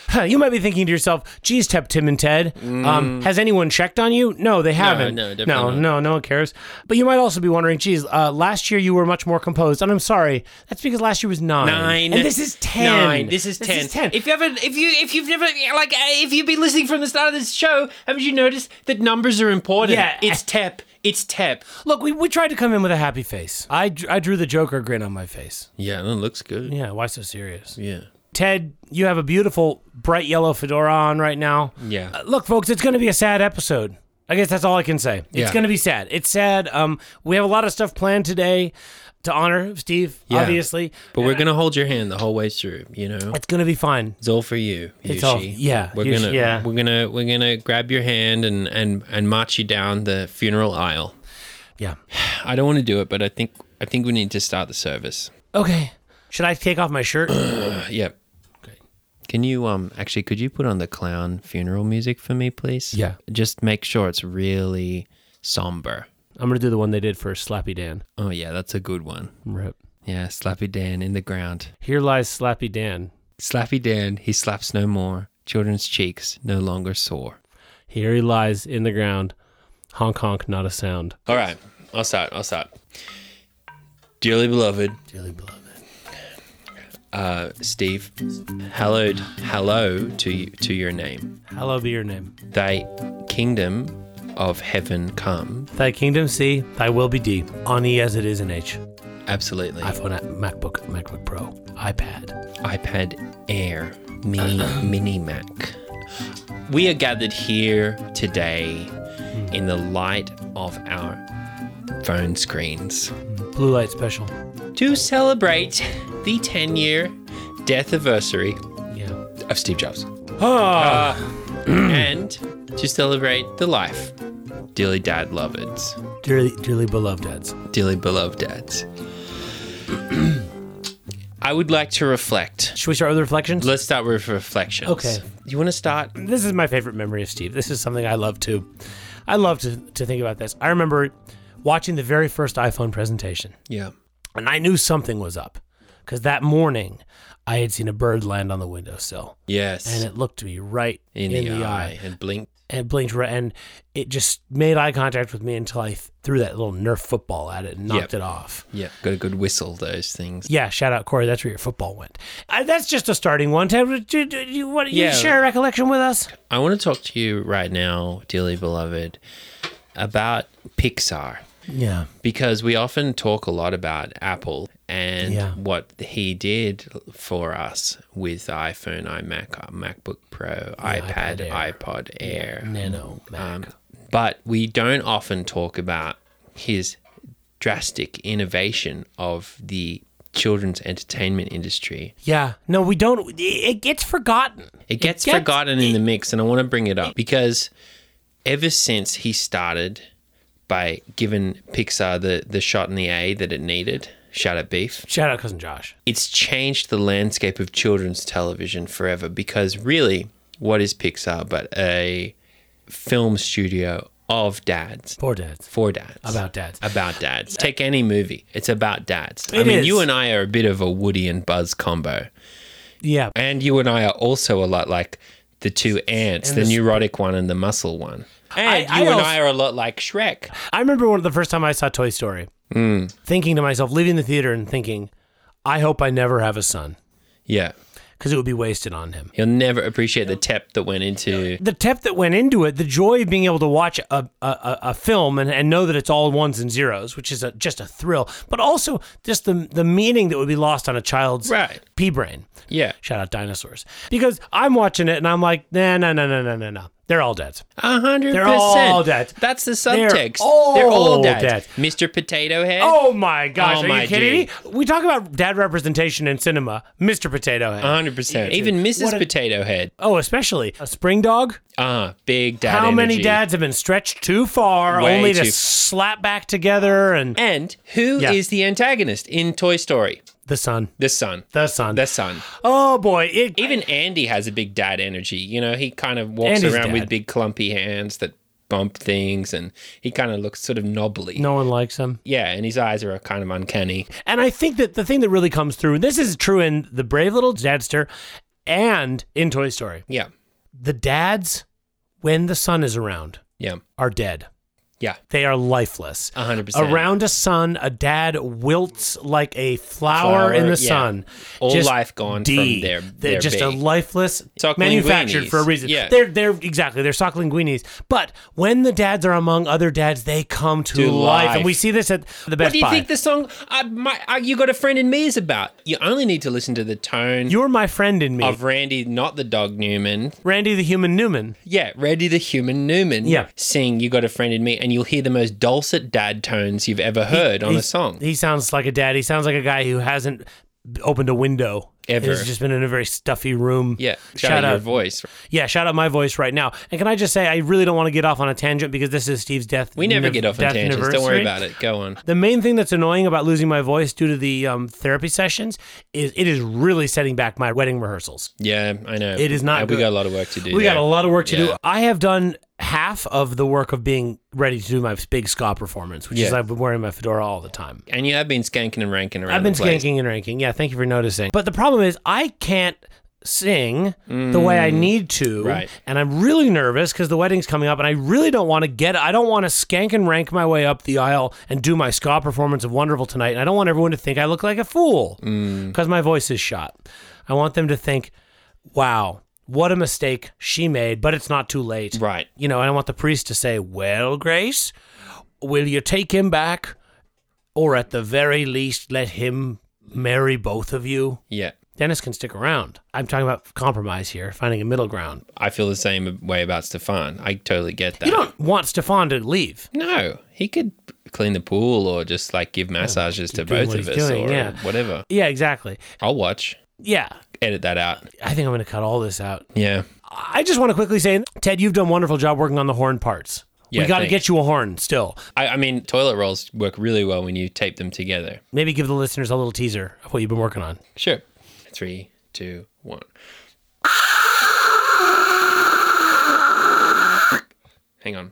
[SPEAKER 1] Huh, you might be thinking to yourself, geez, Tep, Tim, and Ted, um, has anyone checked on you? No, they haven't.
[SPEAKER 2] no, definitely
[SPEAKER 1] no,
[SPEAKER 2] not.
[SPEAKER 1] no, no one cares. But you might also be wondering, geez, uh, last year you were much more composed. And I'm sorry, that's because last year was nine.
[SPEAKER 2] Nine.
[SPEAKER 1] And this is 10.
[SPEAKER 2] Nine. This is ten.
[SPEAKER 1] This is 10.
[SPEAKER 2] If you haven't, if you, if you've never, like, uh, if you've been listening from the start of this show, haven't you noticed that numbers are important?
[SPEAKER 1] Yeah.
[SPEAKER 2] It's tep. It's tep.
[SPEAKER 1] Look, we, we tried to come in with a happy face. I, dr- I drew the Joker grin on my face.
[SPEAKER 2] Yeah, that looks good.
[SPEAKER 1] Yeah, why so serious?
[SPEAKER 2] Yeah.
[SPEAKER 1] Ted, you have a beautiful bright yellow fedora on right now.
[SPEAKER 2] Yeah.
[SPEAKER 1] Uh, look, folks, it's going to be a sad episode. I guess that's all I can say.
[SPEAKER 2] Yeah.
[SPEAKER 1] It's going to be sad. It's sad. Um, we have a lot of stuff planned today to honor Steve, obviously.
[SPEAKER 2] But we're gonna hold your hand the whole way through. You know.
[SPEAKER 1] It's going to be fine.
[SPEAKER 2] It's all for you.
[SPEAKER 1] It's
[SPEAKER 2] Yoshi.
[SPEAKER 1] all- yeah,
[SPEAKER 2] We're
[SPEAKER 1] Yoshi,
[SPEAKER 2] gonna
[SPEAKER 1] yeah.
[SPEAKER 2] we're gonna we're gonna grab your hand and and and march you down the funeral aisle.
[SPEAKER 1] Yeah.
[SPEAKER 2] I don't want to do it, but I think I think we need to start the service.
[SPEAKER 1] Okay. Should I take off my shirt? (clears throat)
[SPEAKER 2] Uh, yeah. Can you um actually could you put on the clown funeral music for me, please?
[SPEAKER 1] Yeah.
[SPEAKER 2] Just make sure it's really somber.
[SPEAKER 1] I'm going to do the one they did for Slappy Dan.
[SPEAKER 2] Oh yeah, that's a good one.
[SPEAKER 1] Rip.
[SPEAKER 2] Yeah, Slappy Dan in the ground.
[SPEAKER 1] Here lies Slappy Dan.
[SPEAKER 2] Slappy Dan, he slaps no more. Children's cheeks no longer sore.
[SPEAKER 1] Here he lies in the ground. Honk honk, not a sound.
[SPEAKER 2] All right, I'll start. I'll start. Dearly beloved,
[SPEAKER 1] Dearly beloved.
[SPEAKER 2] uh, Steve, hallowed, hello to you, to your name.
[SPEAKER 1] Hello be your name.
[SPEAKER 2] Thy kingdom of heaven come.
[SPEAKER 1] Thy kingdom see, thy will be D. On E as it is in H.
[SPEAKER 2] Absolutely.
[SPEAKER 1] iPhone, app, MacBook, MacBook Pro, iPad.
[SPEAKER 2] iPad Air Mini Mini Mac. We are gathered here today in the light of our phone screens.
[SPEAKER 1] Blue light special.
[SPEAKER 2] to celebrate the 10 year death anniversary
[SPEAKER 1] Yeah.
[SPEAKER 2] of Steve Jobs. Ah. and to celebrate the life, dearly dad loveds,
[SPEAKER 1] Dearly, dearly beloved dads.
[SPEAKER 2] dearly beloved dads. (clears throat) I would like to reflect.
[SPEAKER 1] Should we start with reflections?
[SPEAKER 2] Let's start with reflections.
[SPEAKER 1] Okay.
[SPEAKER 2] You want to start?
[SPEAKER 1] This is my favorite memory of Steve. This is something I love too. I love to, to think about this. I remember watching the very first iPhone presentation,
[SPEAKER 2] Yeah.
[SPEAKER 1] and I knew something was up because that morning I had seen a bird land on the windowsill,
[SPEAKER 2] Yes.
[SPEAKER 1] and it looked me right
[SPEAKER 2] in,
[SPEAKER 1] in,
[SPEAKER 2] the, eye. And blink.
[SPEAKER 1] and blinked right, and it just made eye contact with me until I th- threw that little Nerf football at it and knocked
[SPEAKER 2] Yep.
[SPEAKER 1] it off.
[SPEAKER 2] Yeah. Got a good whistle, those things.
[SPEAKER 1] Yeah, shout out Corey. That's where your football went. Uh, that's just a starting one. Ted, would you, do you, what, you
[SPEAKER 2] Yeah.
[SPEAKER 1] share a recollection with us?
[SPEAKER 2] I want to talk to you right now, dearly beloved, about Pixar.
[SPEAKER 1] Yeah,
[SPEAKER 2] because we often talk a lot about Apple and
[SPEAKER 1] Yeah.
[SPEAKER 2] what he did for us with iPhone, iMac, uh, MacBook Pro, iPad,
[SPEAKER 1] iPad Air.
[SPEAKER 2] iPod Air.
[SPEAKER 1] Nano Mac.
[SPEAKER 2] Um, but we don't often talk about his drastic innovation of the children's entertainment industry.
[SPEAKER 1] Yeah. No, we don't. It, it gets forgotten.
[SPEAKER 2] It gets, forgotten in the mix, and I want to bring it up because ever since he started by giving Pixar the, the shot in the A that it needed, shout out Beef,
[SPEAKER 1] Shout out, cousin Josh.
[SPEAKER 2] it's changed the landscape of children's television forever because really, what is Pixar but a film studio of dads?
[SPEAKER 1] Poor dads.
[SPEAKER 2] For dads.
[SPEAKER 1] About dads.
[SPEAKER 2] About dads. Take any movie. It's about dads. I
[SPEAKER 1] It
[SPEAKER 2] mean,
[SPEAKER 1] is.
[SPEAKER 2] you and I are a bit of a Woody and Buzz combo.
[SPEAKER 1] Yeah.
[SPEAKER 2] And you and I are also a lot like the two ants,
[SPEAKER 1] And
[SPEAKER 2] the
[SPEAKER 1] the sp-
[SPEAKER 2] neurotic one and the muscle one.
[SPEAKER 1] I-
[SPEAKER 2] And
[SPEAKER 1] I
[SPEAKER 2] you and
[SPEAKER 1] also-
[SPEAKER 2] I are a lot like Shrek.
[SPEAKER 1] I remember one of the first time I saw Toy Story, thinking to myself, leaving the theater and thinking, I hope I never have a son
[SPEAKER 2] Yeah.
[SPEAKER 1] because it would be wasted on him.
[SPEAKER 2] He'll never appreciate the tep that went into
[SPEAKER 1] The tip that went into it, the joy of being able to watch a, a, a a film and, and know that it's all ones and zeros, which is a, just a thrill, but also just the, the meaning that would be lost on a child's
[SPEAKER 2] Right.
[SPEAKER 1] pea brain.
[SPEAKER 2] Yeah.
[SPEAKER 1] Shout out dinosaurs. Because I'm watching it and I'm like, nah, nah, nah, nah, nah, nah, nah. They're all dead.
[SPEAKER 2] A hundred
[SPEAKER 1] They're all
[SPEAKER 2] percent.
[SPEAKER 1] dads.
[SPEAKER 2] That's the
[SPEAKER 1] They're
[SPEAKER 2] subtext.
[SPEAKER 1] all
[SPEAKER 2] They're all dads.
[SPEAKER 1] dads.
[SPEAKER 2] Mr. Potato Head.
[SPEAKER 1] Oh my gosh,
[SPEAKER 2] Oh
[SPEAKER 1] are
[SPEAKER 2] my
[SPEAKER 1] you kidding
[SPEAKER 2] G.
[SPEAKER 1] me? We talk about dad representation in cinema, Mr. Potato Head.
[SPEAKER 2] A hundred percent. Even Mrs.
[SPEAKER 1] What a-
[SPEAKER 2] Potato Head.
[SPEAKER 1] oh, especially a spring dog.
[SPEAKER 2] Ah, big dad.
[SPEAKER 1] How many
[SPEAKER 2] energy.
[SPEAKER 1] dads have been stretched too far
[SPEAKER 2] Way
[SPEAKER 1] only
[SPEAKER 2] too-
[SPEAKER 1] to slap back together and
[SPEAKER 2] And who is
[SPEAKER 1] Yeah.
[SPEAKER 2] the antagonist in Toy Story?
[SPEAKER 1] the son.
[SPEAKER 2] The son.
[SPEAKER 1] The son.
[SPEAKER 2] The son.
[SPEAKER 1] oh boy. It,
[SPEAKER 2] Even Andy has a big dad energy. You know, he kind of walks
[SPEAKER 1] Andy's
[SPEAKER 2] around with
[SPEAKER 1] dad.
[SPEAKER 2] big clumpy hands that bump things and he kind of looks sort of knobbly.
[SPEAKER 1] no one likes him.
[SPEAKER 2] Yeah, and his eyes are kind of uncanny.
[SPEAKER 1] And I think that the thing that really comes through, and this is true in The Brave Little Dadster and in Toy Story,
[SPEAKER 2] Yeah.
[SPEAKER 1] the dads, when the son is around,
[SPEAKER 2] Yeah.
[SPEAKER 1] are dead.
[SPEAKER 2] Yeah.
[SPEAKER 1] They are lifeless.
[SPEAKER 2] A hundred percent.
[SPEAKER 1] Around a sun, a dad wilts like a flower,
[SPEAKER 2] Flower,
[SPEAKER 1] in the
[SPEAKER 2] yeah.
[SPEAKER 1] sun.
[SPEAKER 2] All life gone
[SPEAKER 1] D.
[SPEAKER 2] from their-
[SPEAKER 1] They're
[SPEAKER 2] their
[SPEAKER 1] just a
[SPEAKER 2] being.
[SPEAKER 1] lifeless
[SPEAKER 2] Suckling
[SPEAKER 1] manufactured for a
[SPEAKER 2] weenies.
[SPEAKER 1] reason.
[SPEAKER 2] Yeah.
[SPEAKER 1] They're they're exactly they're suckling guineas. But when the dads are among other dads, they come to,
[SPEAKER 2] To
[SPEAKER 1] life.
[SPEAKER 2] life.
[SPEAKER 1] and we see this at the best
[SPEAKER 2] What do you
[SPEAKER 1] buy.
[SPEAKER 2] think the song uh, my, uh, "You Got a Friend in Me" is about? You only need to listen to the tone
[SPEAKER 1] You're my friend in me,
[SPEAKER 2] of Randy, not the dog Newman.
[SPEAKER 1] Randy the Human Newman.
[SPEAKER 2] Yeah, Randy the human Newman.
[SPEAKER 1] Yeah.
[SPEAKER 2] sing "You Got a Friend in Me," and you'll hear the most dulcet dad tones you've ever heard on a
[SPEAKER 1] He's-
[SPEAKER 2] song.
[SPEAKER 1] He sounds like a dad. He sounds like a guy who hasn't opened a window
[SPEAKER 2] Ever.
[SPEAKER 1] He's just been in a very stuffy room.
[SPEAKER 2] yeah, shout,
[SPEAKER 1] Shout
[SPEAKER 2] out, your
[SPEAKER 1] out.
[SPEAKER 2] voice.
[SPEAKER 1] Yeah, shout out my voice right now. And can I just say, I really don't want to get off on a tangent because this is Steve's death.
[SPEAKER 2] We never get off on tangents. Don't worry about
[SPEAKER 1] it.
[SPEAKER 2] it. Go on.
[SPEAKER 1] The main thing that's annoying about losing my voice due to the um, therapy sessions is it is really setting back my wedding rehearsals.
[SPEAKER 2] Yeah, I know.
[SPEAKER 1] It is not
[SPEAKER 2] Uh, We
[SPEAKER 1] good.
[SPEAKER 2] got a lot of work to do.
[SPEAKER 1] We got
[SPEAKER 2] there.
[SPEAKER 1] a lot of work to
[SPEAKER 2] Yeah.
[SPEAKER 1] do. I have done half of the work of being ready to do my big ska performance, which is
[SPEAKER 2] Yeah.
[SPEAKER 1] I've been wearing my fedora all the time.
[SPEAKER 2] And you have been skanking and ranking around.
[SPEAKER 1] I've been
[SPEAKER 2] the place.
[SPEAKER 1] skanking and ranking. Yeah, thank you for noticing. But the problem is, I can't sing the way I need to,
[SPEAKER 2] Mm. right.
[SPEAKER 1] and I'm really nervous because the wedding's coming up, and I really don't want to get. I don't want to skank and rank my way up the aisle and do my ska performance of Wonderful tonight. And I don't want everyone to think I look like a fool
[SPEAKER 2] Mm.
[SPEAKER 1] because my voice is shot. I want them to think, "Wow." What a mistake she made, but it's not too late.
[SPEAKER 2] Right.
[SPEAKER 1] You know, and I want the priest to say, Well, Grace, will you take him back? Or at the very least, let him marry both of you?
[SPEAKER 2] Yeah.
[SPEAKER 1] Dennis can stick around. I'm talking about compromise here, finding a middle ground.
[SPEAKER 2] I feel the same way about Stefan. I totally get that.
[SPEAKER 1] You don't want Stefan to leave.
[SPEAKER 2] No, he could clean the pool or just like
[SPEAKER 1] Oh,
[SPEAKER 2] give massages to
[SPEAKER 1] doing
[SPEAKER 2] both
[SPEAKER 1] what
[SPEAKER 2] of us
[SPEAKER 1] he's doing,
[SPEAKER 2] or
[SPEAKER 1] yeah.
[SPEAKER 2] whatever.
[SPEAKER 1] Yeah, exactly.
[SPEAKER 2] I'll watch.
[SPEAKER 1] Yeah,
[SPEAKER 2] Edit that out.
[SPEAKER 1] I think I'm going to cut all this out.
[SPEAKER 2] Yeah.
[SPEAKER 1] I just want to quickly say, Ted, you've done a wonderful job working on the horn parts.
[SPEAKER 2] Yeah,
[SPEAKER 1] we got to
[SPEAKER 2] thanks.
[SPEAKER 1] get you a horn still.
[SPEAKER 2] I, I mean, toilet rolls work really well when you tape them together.
[SPEAKER 1] Maybe give the listeners a little teaser of what you've been working on.
[SPEAKER 2] Sure. Three, two, one. Hang on.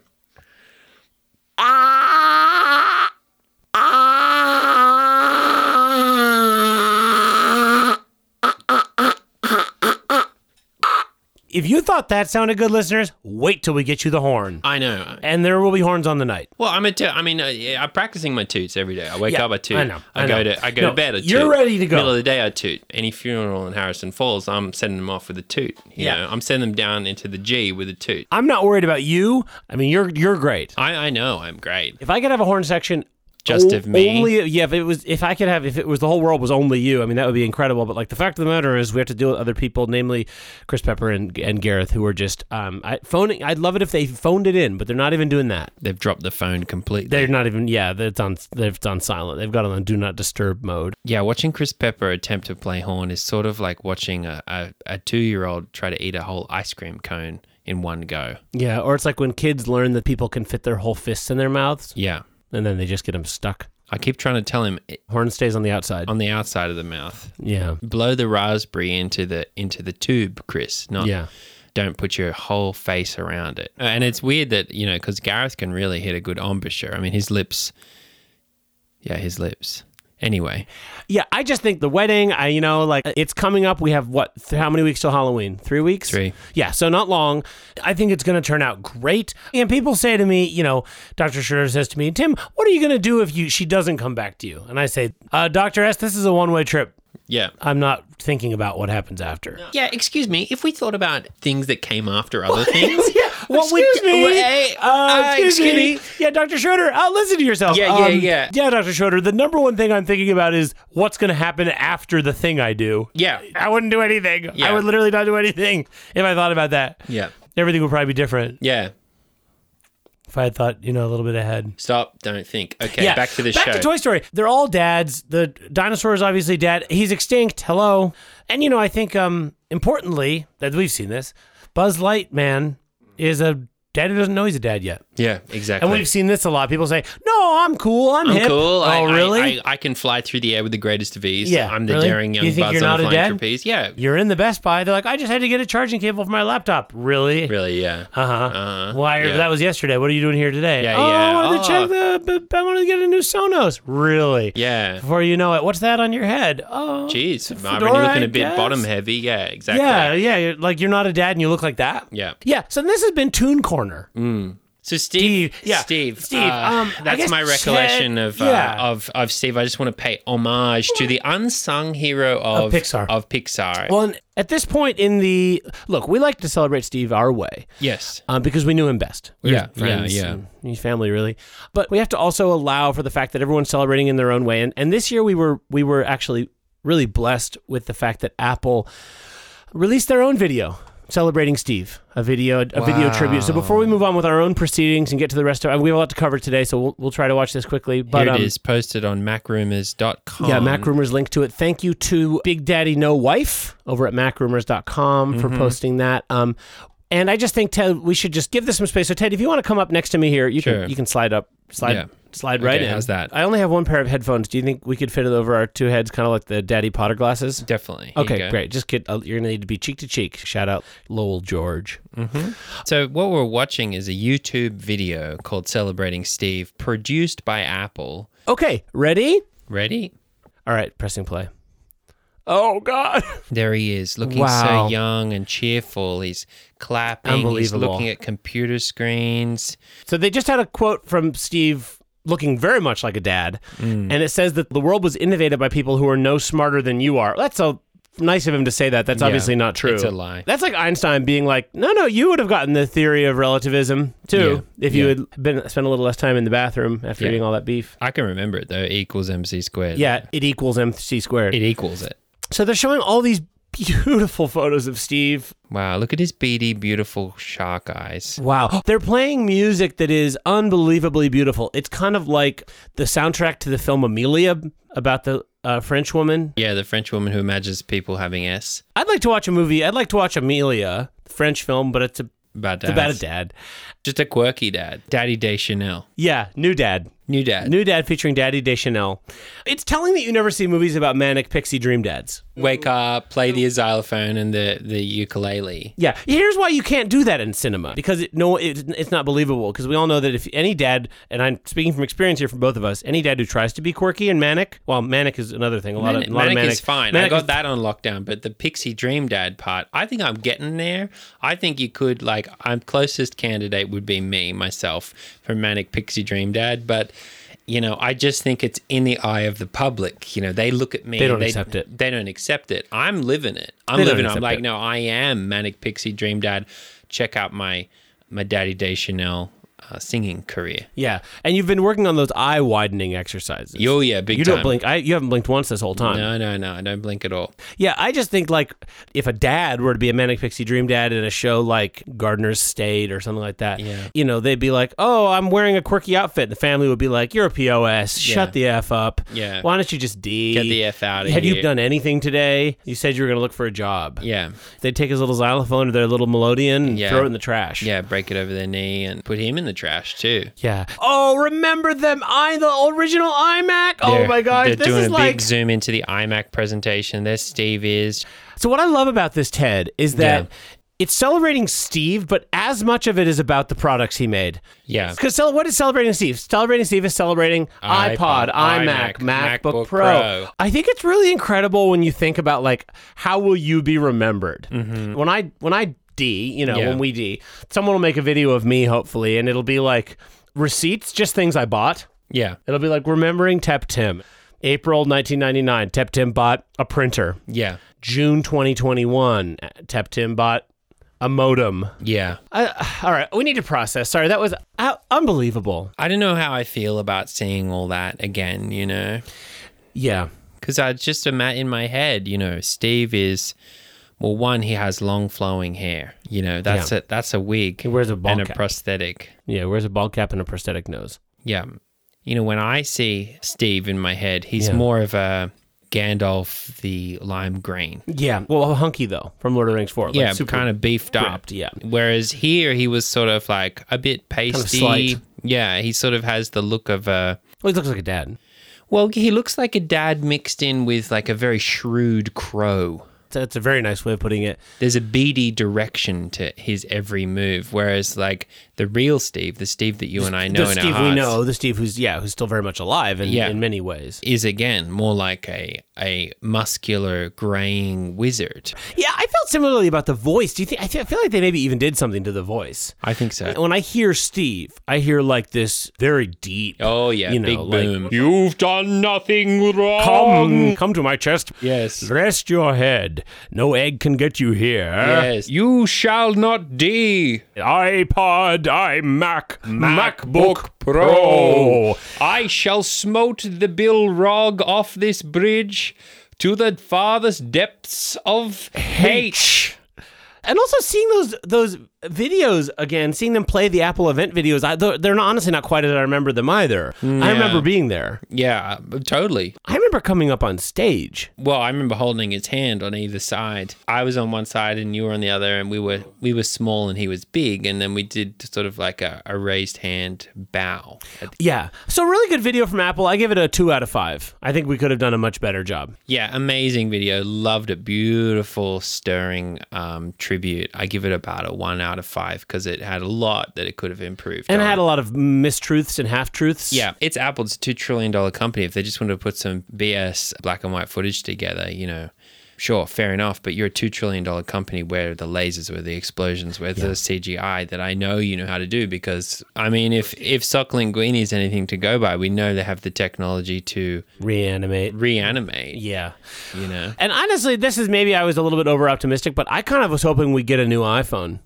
[SPEAKER 1] If you thought that sounded good, listeners, wait till we get you the horn.
[SPEAKER 2] I know.
[SPEAKER 1] And there will be horns on the night.
[SPEAKER 2] Well, I'm a. T- I mean, uh, yeah, I'm practicing my toots every day. I wake
[SPEAKER 1] Yeah,
[SPEAKER 2] up, I toot.
[SPEAKER 1] I know,
[SPEAKER 2] I,
[SPEAKER 1] I
[SPEAKER 2] go
[SPEAKER 1] know.
[SPEAKER 2] to. I go to
[SPEAKER 1] No,
[SPEAKER 2] bed. I toot.
[SPEAKER 1] you're ready to go.
[SPEAKER 2] Middle of the day, I toot. Any funeral in Harrison Falls, I'm sending them off with a toot. You
[SPEAKER 1] Yeah.
[SPEAKER 2] know, I'm sending them down into the G with a toot.
[SPEAKER 1] I'm not worried about you. I mean, you're you're great.
[SPEAKER 2] I, I know I'm great.
[SPEAKER 1] If I could have a horn section,
[SPEAKER 2] just
[SPEAKER 1] O-
[SPEAKER 2] of me.
[SPEAKER 1] Only yeah. If it was, if I could have, if it was the whole world was only you, I mean that would be incredible. But like the fact of the matter is, we have to deal with other people, namely Chris Pepper and and Gareth, who are just um I, phoning. I'd love it if they phoned it in, but they're not even doing that.
[SPEAKER 2] They've dropped the phone completely.
[SPEAKER 1] They're not even yeah. It's on. They've done silent. They've got it on do not disturb mode.
[SPEAKER 2] yeah, watching Chris Pepper attempt to play horn is sort of like watching a, a, a two year old try to eat a whole ice cream cone in one go.
[SPEAKER 1] Yeah, or it's like when kids learn that people can fit their whole fists in their mouths,
[SPEAKER 2] Yeah.
[SPEAKER 1] and then they just get them stuck.
[SPEAKER 2] I keep trying to tell him eh,
[SPEAKER 1] Horn stays on the outside.
[SPEAKER 2] on the outside of the mouth.
[SPEAKER 1] Yeah,
[SPEAKER 2] Blow the raspberry into the into the tube, Chris. Not
[SPEAKER 1] yeah.
[SPEAKER 2] don't put your whole face around it. And it's weird that, you know, because Gareth can really hit a good embouchure. I mean, his lips. Yeah, his lips. Anyway,
[SPEAKER 1] Yeah, I just think the wedding, I you know, like it's coming up. We have what th- how many weeks till Halloween? 3 weeks?
[SPEAKER 2] Three.
[SPEAKER 1] Yeah, so not long. I think it's going to turn out great. And people say to me, you know, Dr. Schroeder says to me, "Tim, what are you going to do if you she doesn't come back to you?" And I say, "Uh, Dr. S, this is a one-way trip.
[SPEAKER 2] yeah.
[SPEAKER 1] I'm not thinking about what happens after." (laughs)
[SPEAKER 2] Yeah, excuse me. If we thought about things that came after other things,
[SPEAKER 1] What would-
[SPEAKER 2] excuse me.
[SPEAKER 1] what-
[SPEAKER 2] Hey,
[SPEAKER 1] uh,
[SPEAKER 2] uh,
[SPEAKER 1] excuse,
[SPEAKER 2] excuse
[SPEAKER 1] me.
[SPEAKER 2] me.
[SPEAKER 1] Yeah, Dr. Schroeder, uh, listen to yourself. Um,
[SPEAKER 2] Yeah, yeah, yeah.
[SPEAKER 1] Yeah, Dr. Schroeder, the number one thing I'm thinking about is what's going to happen after the thing I do.
[SPEAKER 2] Yeah.
[SPEAKER 1] I wouldn't do anything. I
[SPEAKER 2] Yeah.
[SPEAKER 1] would literally not do anything if I thought about that.
[SPEAKER 2] yeah,
[SPEAKER 1] Everything would probably be different
[SPEAKER 2] yeah.
[SPEAKER 1] if I had thought, you know, a little bit ahead.
[SPEAKER 2] Stop. Don't think. Okay, back to the
[SPEAKER 1] back
[SPEAKER 2] show.
[SPEAKER 1] to Toy Story. They're all dads. The dinosaur is obviously dead. He's extinct. Hello. And you know, I think um importantly that we've seen this, Buzz Lightman is a dad who doesn't know he's a dad yet.
[SPEAKER 2] yeah, exactly.
[SPEAKER 1] And we've seen this a lot. People say, "No, I'm cool. I'm,
[SPEAKER 2] I'm
[SPEAKER 1] hip." Oh,
[SPEAKER 2] cool. I, I-
[SPEAKER 1] really?
[SPEAKER 2] I, I, can fly through the air with the greatest of ease.
[SPEAKER 1] Yeah,
[SPEAKER 2] I'm the
[SPEAKER 1] really?
[SPEAKER 2] daring young
[SPEAKER 1] You think
[SPEAKER 2] buzz
[SPEAKER 1] you're
[SPEAKER 2] on
[SPEAKER 1] not a
[SPEAKER 2] a flying
[SPEAKER 1] dad?
[SPEAKER 2] trapeze. Yeah,
[SPEAKER 1] You're in the Best Buy. They're like, "I just had to get a charging cable for my laptop." Really?
[SPEAKER 2] really. Yeah.
[SPEAKER 1] Uh huh.
[SPEAKER 2] Uh-huh.
[SPEAKER 1] Why?
[SPEAKER 2] Yeah.
[SPEAKER 1] That was yesterday. What are you doing here today?
[SPEAKER 2] Yeah,
[SPEAKER 1] oh,
[SPEAKER 2] yeah. Oh.
[SPEAKER 1] I wanted to check the. but I wanted to get a new Sonos. Really?
[SPEAKER 2] yeah.
[SPEAKER 1] Before you know it, what's that on your head? Oh,
[SPEAKER 2] Jeez,
[SPEAKER 1] a
[SPEAKER 2] Marvin,
[SPEAKER 1] fedora,
[SPEAKER 2] you're looking
[SPEAKER 1] I
[SPEAKER 2] a bit
[SPEAKER 1] guess.
[SPEAKER 2] bottom heavy. Yeah, exactly.
[SPEAKER 1] Yeah, yeah. You're, like you're not a dad, and you look like that.
[SPEAKER 2] Yeah.
[SPEAKER 1] Yeah. So this has been Tune Corner.
[SPEAKER 2] So Steve,
[SPEAKER 1] Steve, yeah,
[SPEAKER 2] Steve,
[SPEAKER 1] Steve,
[SPEAKER 2] uh,
[SPEAKER 1] um, I
[SPEAKER 2] that's
[SPEAKER 1] guess
[SPEAKER 2] my recollection
[SPEAKER 1] Ted-
[SPEAKER 2] of, uh,
[SPEAKER 1] yeah.
[SPEAKER 2] of of Steve. I just want to pay homage to the unsung hero of,
[SPEAKER 1] Pixar.
[SPEAKER 2] Of Pixar,
[SPEAKER 1] Well, and at this point in the look, we like to celebrate Steve our way.
[SPEAKER 2] yes,
[SPEAKER 1] um, because we knew him best. We
[SPEAKER 2] Yeah,
[SPEAKER 1] were friends
[SPEAKER 2] yeah, yeah.
[SPEAKER 1] and He's family, really. But we have to also allow for the fact that everyone's celebrating in their own way. And and this year we were we were actually really blessed with the fact that Apple released their own video celebrating Steve, a video a video tribute. So before we move on with our own proceedings and get to the rest of, and we have a lot to cover today, so we'll we'll try to watch this quickly. But
[SPEAKER 2] here it
[SPEAKER 1] um,
[SPEAKER 2] is posted on MacRumors.com.
[SPEAKER 1] yeah, Mac Rumors link to it. Thank you to Big Daddy No Wife over at MacRumors.com
[SPEAKER 2] Mm-hmm.
[SPEAKER 1] for posting that. Um, and I just think Ted, we should just give this some space. So Ted, if you want to come up next to me here, you
[SPEAKER 2] Sure.
[SPEAKER 1] can you can slide up, slide
[SPEAKER 2] Yeah.
[SPEAKER 1] slide
[SPEAKER 2] Okay,
[SPEAKER 1] right in.
[SPEAKER 2] how's that?
[SPEAKER 1] I only have one pair of headphones. Do you think we could fit it over our two heads, kind of like the Daddy Potter glasses?
[SPEAKER 2] definitely. Here you
[SPEAKER 1] Okay,
[SPEAKER 2] go.
[SPEAKER 1] great. Just get uh, you're gonna need to be cheek to cheek. Shout out Lowell George.
[SPEAKER 2] Mm. So what we're watching is a YouTube video called "Celebrating Steve," produced by Apple.
[SPEAKER 1] Okay, ready?
[SPEAKER 2] Ready?
[SPEAKER 1] All right, pressing play. Oh God. (laughs)
[SPEAKER 2] There he is, looking
[SPEAKER 1] Wow.
[SPEAKER 2] so young and cheerful. He's clapping. He's
[SPEAKER 1] Unbelievable.
[SPEAKER 2] looking at computer screens.
[SPEAKER 1] So they just had a quote from Steve looking very much like a dad.
[SPEAKER 2] Mm.
[SPEAKER 1] And it says that the world was innovated by people who are no smarter than you are. That's so nice of him to say that. That's obviously not true.
[SPEAKER 2] it's a lie.
[SPEAKER 1] That's like Einstein being like, no, no, you would have gotten the theory of relativism too if you
[SPEAKER 2] Yeah.
[SPEAKER 1] had been spent a little less time in the bathroom after
[SPEAKER 2] Yeah.
[SPEAKER 1] eating all that beef.
[SPEAKER 2] I can remember it though. E equals MC squared.
[SPEAKER 1] Yeah, it equals MC squared.
[SPEAKER 2] It equals it.
[SPEAKER 1] so they're showing all these beautiful photos of Steve
[SPEAKER 2] Wow, look at his beady, beautiful shark eyes.
[SPEAKER 1] Wow. They're playing music that is unbelievably beautiful. It's kind of like the soundtrack to the film Amelia about the uh, French woman.
[SPEAKER 2] Yeah, the French woman who imagines people having S.
[SPEAKER 1] I'd like to watch a movie. I'd like to watch Amelia, the French film, but it's, a,
[SPEAKER 2] Bad dad.
[SPEAKER 1] it's about a dad.
[SPEAKER 2] Just a quirky dad. Daddy Deschanel.
[SPEAKER 1] Yeah, new dad.
[SPEAKER 2] New dad.
[SPEAKER 1] New dad featuring Daddy Deschanel. It's telling that you never see movies about manic pixie dream dads.
[SPEAKER 2] Wake up, play the xylophone and the, the ukulele.
[SPEAKER 1] Yeah, here's why you can't do that in cinema because it, no, it, it's not believable. Because we all know that if any dad, and I'm speaking from experience here from both of us, any dad who tries to be quirky and manic, well, manic is another thing. A lot
[SPEAKER 2] Manic,
[SPEAKER 1] of a lot of manic
[SPEAKER 2] is fine. I
[SPEAKER 1] Manic
[SPEAKER 2] got
[SPEAKER 1] is-
[SPEAKER 2] that on lockdown, but the pixie dream dad part, I think I'm getting there. I think you could, like, I'm closest candidate would be me, myself, for manic pixie dream dad, but. You know, I just think it's in the eye of the public. You know, they look at me.
[SPEAKER 1] They don't accept it.
[SPEAKER 2] They don't accept it. I'm living it. I'm
[SPEAKER 1] They don't
[SPEAKER 2] living it. I'm
[SPEAKER 1] accept
[SPEAKER 2] like,
[SPEAKER 1] it.
[SPEAKER 2] no, I am manic pixie dream dad. Check out my my daddy Deschanel uh, singing career.
[SPEAKER 1] Yeah, and you've been working on those eye widening exercises.
[SPEAKER 2] Oh yeah, big
[SPEAKER 1] you
[SPEAKER 2] time.
[SPEAKER 1] don't blink. I you haven't blinked once this whole time.
[SPEAKER 2] No, no, no. I don't blink at all.
[SPEAKER 1] Yeah, I just think like if a dad were to be a manic pixie dream dad in a show like Gardner's State or something like that,
[SPEAKER 2] Yeah.
[SPEAKER 1] you know, they'd be like, "Oh, I'm wearing a quirky outfit," and the family would be like, "You're a pos. Shut the f up.
[SPEAKER 2] Yeah.
[SPEAKER 1] Why don't you just d
[SPEAKER 2] Get the F out of
[SPEAKER 1] Had
[SPEAKER 2] here.
[SPEAKER 1] you done anything today? You said you were going to look for a job.
[SPEAKER 2] Yeah.
[SPEAKER 1] They'd take his little xylophone or their little melodeon and
[SPEAKER 2] Yeah.
[SPEAKER 1] throw it in the trash.
[SPEAKER 2] Yeah, break it over their knee and put him in the trash too.
[SPEAKER 1] Yeah. Oh, remember them? I the original iMac. oh
[SPEAKER 2] They're-
[SPEAKER 1] my gosh,
[SPEAKER 2] They're
[SPEAKER 1] this
[SPEAKER 2] doing
[SPEAKER 1] is
[SPEAKER 2] a
[SPEAKER 1] like
[SPEAKER 2] big zoom into the iMac presentation. There Steve is.
[SPEAKER 1] So what I love about this Ted is that
[SPEAKER 2] Yeah.
[SPEAKER 1] it's celebrating Steve, but as much of it is about the products he made.
[SPEAKER 2] Yeah.
[SPEAKER 1] Because what is celebrating Steve? Celebrating Steve is celebrating iPod,
[SPEAKER 2] iPod,
[SPEAKER 1] iMac,
[SPEAKER 2] iMac,
[SPEAKER 1] MacBook, Pro.
[SPEAKER 2] MacBook Pro.
[SPEAKER 1] I think it's really incredible when you think about like how will you be remembered. When I when I D, you know,
[SPEAKER 2] Mm-hmm. Yeah.
[SPEAKER 1] when we D, someone will make a video of me hopefully, and it'll be like receipts, just things I bought.
[SPEAKER 2] Yeah.
[SPEAKER 1] It'll be like remembering Tep Tim, April 1999. Tep Tim bought a printer.
[SPEAKER 2] Yeah.
[SPEAKER 1] June 2021, Teptim bought a modem.
[SPEAKER 2] Yeah.
[SPEAKER 1] I, (sighs) all right, we need to process. Sorry, that was uh, unbelievable.
[SPEAKER 2] I don't know how I feel about seeing all that again, you know?
[SPEAKER 1] Yeah.
[SPEAKER 2] Because I just imagine in my head, you know, Steve is, well, one, he has long flowing hair. You know, that's a that's a wig. He
[SPEAKER 1] wears a ball
[SPEAKER 2] and a
[SPEAKER 1] cap.
[SPEAKER 2] prosthetic.
[SPEAKER 1] Yeah, wears a ball cap and a prosthetic nose.
[SPEAKER 2] Yeah. You know, when I see Steve in my head, he's
[SPEAKER 1] Yeah.
[SPEAKER 2] more of a Gandalf the lime green.
[SPEAKER 1] Yeah. Well, hunky, though, from Lord of the Rings 4.
[SPEAKER 2] yeah,
[SPEAKER 1] like, super
[SPEAKER 2] kind of beefed up.
[SPEAKER 1] yeah.
[SPEAKER 2] Whereas here he was sort of like a bit pasty.
[SPEAKER 1] slight.
[SPEAKER 2] Yeah, he sort of has the look of a
[SPEAKER 1] Well, he looks like a dad.
[SPEAKER 2] well, he looks like a dad mixed in with like a very shrewd crow.
[SPEAKER 1] That's a very nice way of putting it.
[SPEAKER 2] There's a beady direction to his every move, whereas like the real Steve, the Steve that you and I know
[SPEAKER 1] the
[SPEAKER 2] in
[SPEAKER 1] Steve
[SPEAKER 2] our hearts,
[SPEAKER 1] we know, the Steve who's, yeah, who's still very much alive in,
[SPEAKER 2] Yeah.
[SPEAKER 1] in many ways.
[SPEAKER 2] is again more like a a muscular graying wizard.
[SPEAKER 1] Yeah, I felt similarly about the voice. Do you think? I, feel- I feel like they maybe even did something to the voice.
[SPEAKER 2] I think so.
[SPEAKER 1] When I hear Steve, I hear like this very deep.
[SPEAKER 2] Oh yeah,
[SPEAKER 1] You know,
[SPEAKER 2] big
[SPEAKER 1] like-
[SPEAKER 2] boom. You've done nothing wrong.
[SPEAKER 1] Come, come to my chest.
[SPEAKER 2] Yes.
[SPEAKER 1] Rest your head. No egg can get you here.
[SPEAKER 2] Yes. Uh, You shall not D.
[SPEAKER 1] iPod, iMac,
[SPEAKER 2] MacBook Pro. I shall smote the Bill Rog off this bridge to the farthest depths of H.
[SPEAKER 1] And also seeing those those videos again, seeing them play the Apple event videos, I, they're they're not, honestly not quite as I remember them either. I remember being there.
[SPEAKER 2] Yeah, totally.
[SPEAKER 1] I remember coming up on stage.
[SPEAKER 2] Well, I remember holding his hand on either side. I was on one side and you were on the other, and we were we were small and he was big, and then we did sort of like a, a raised hand bow.
[SPEAKER 1] Yeah. So really good video from Apple. I give it a two out of five. I think we could have done a much better job.
[SPEAKER 2] Yeah, amazing video. Loved it. Beautiful, stirring um, tribute. I give it about a one out of five because it had a lot that it could have improved.
[SPEAKER 1] And it
[SPEAKER 2] on.
[SPEAKER 1] had a lot of mistruths and half truths.
[SPEAKER 2] Yeah, it's Apple. It's a two trillion dollar company. If they just wanted to put some BS black and white footage together, you know, sure, fair enough. But you're a two trillion dollar company where the lasers, where the explosions, where the CGI that I know you know how to do. Because I mean, if if Sock Linguini is anything to go by, we know they have the technology to
[SPEAKER 1] Reanimate.
[SPEAKER 2] reanimate.
[SPEAKER 1] Yeah.
[SPEAKER 2] You know,
[SPEAKER 1] And honestly, this is maybe I was a little bit over optimistic, but I kind of was hoping we'd get a new iPhone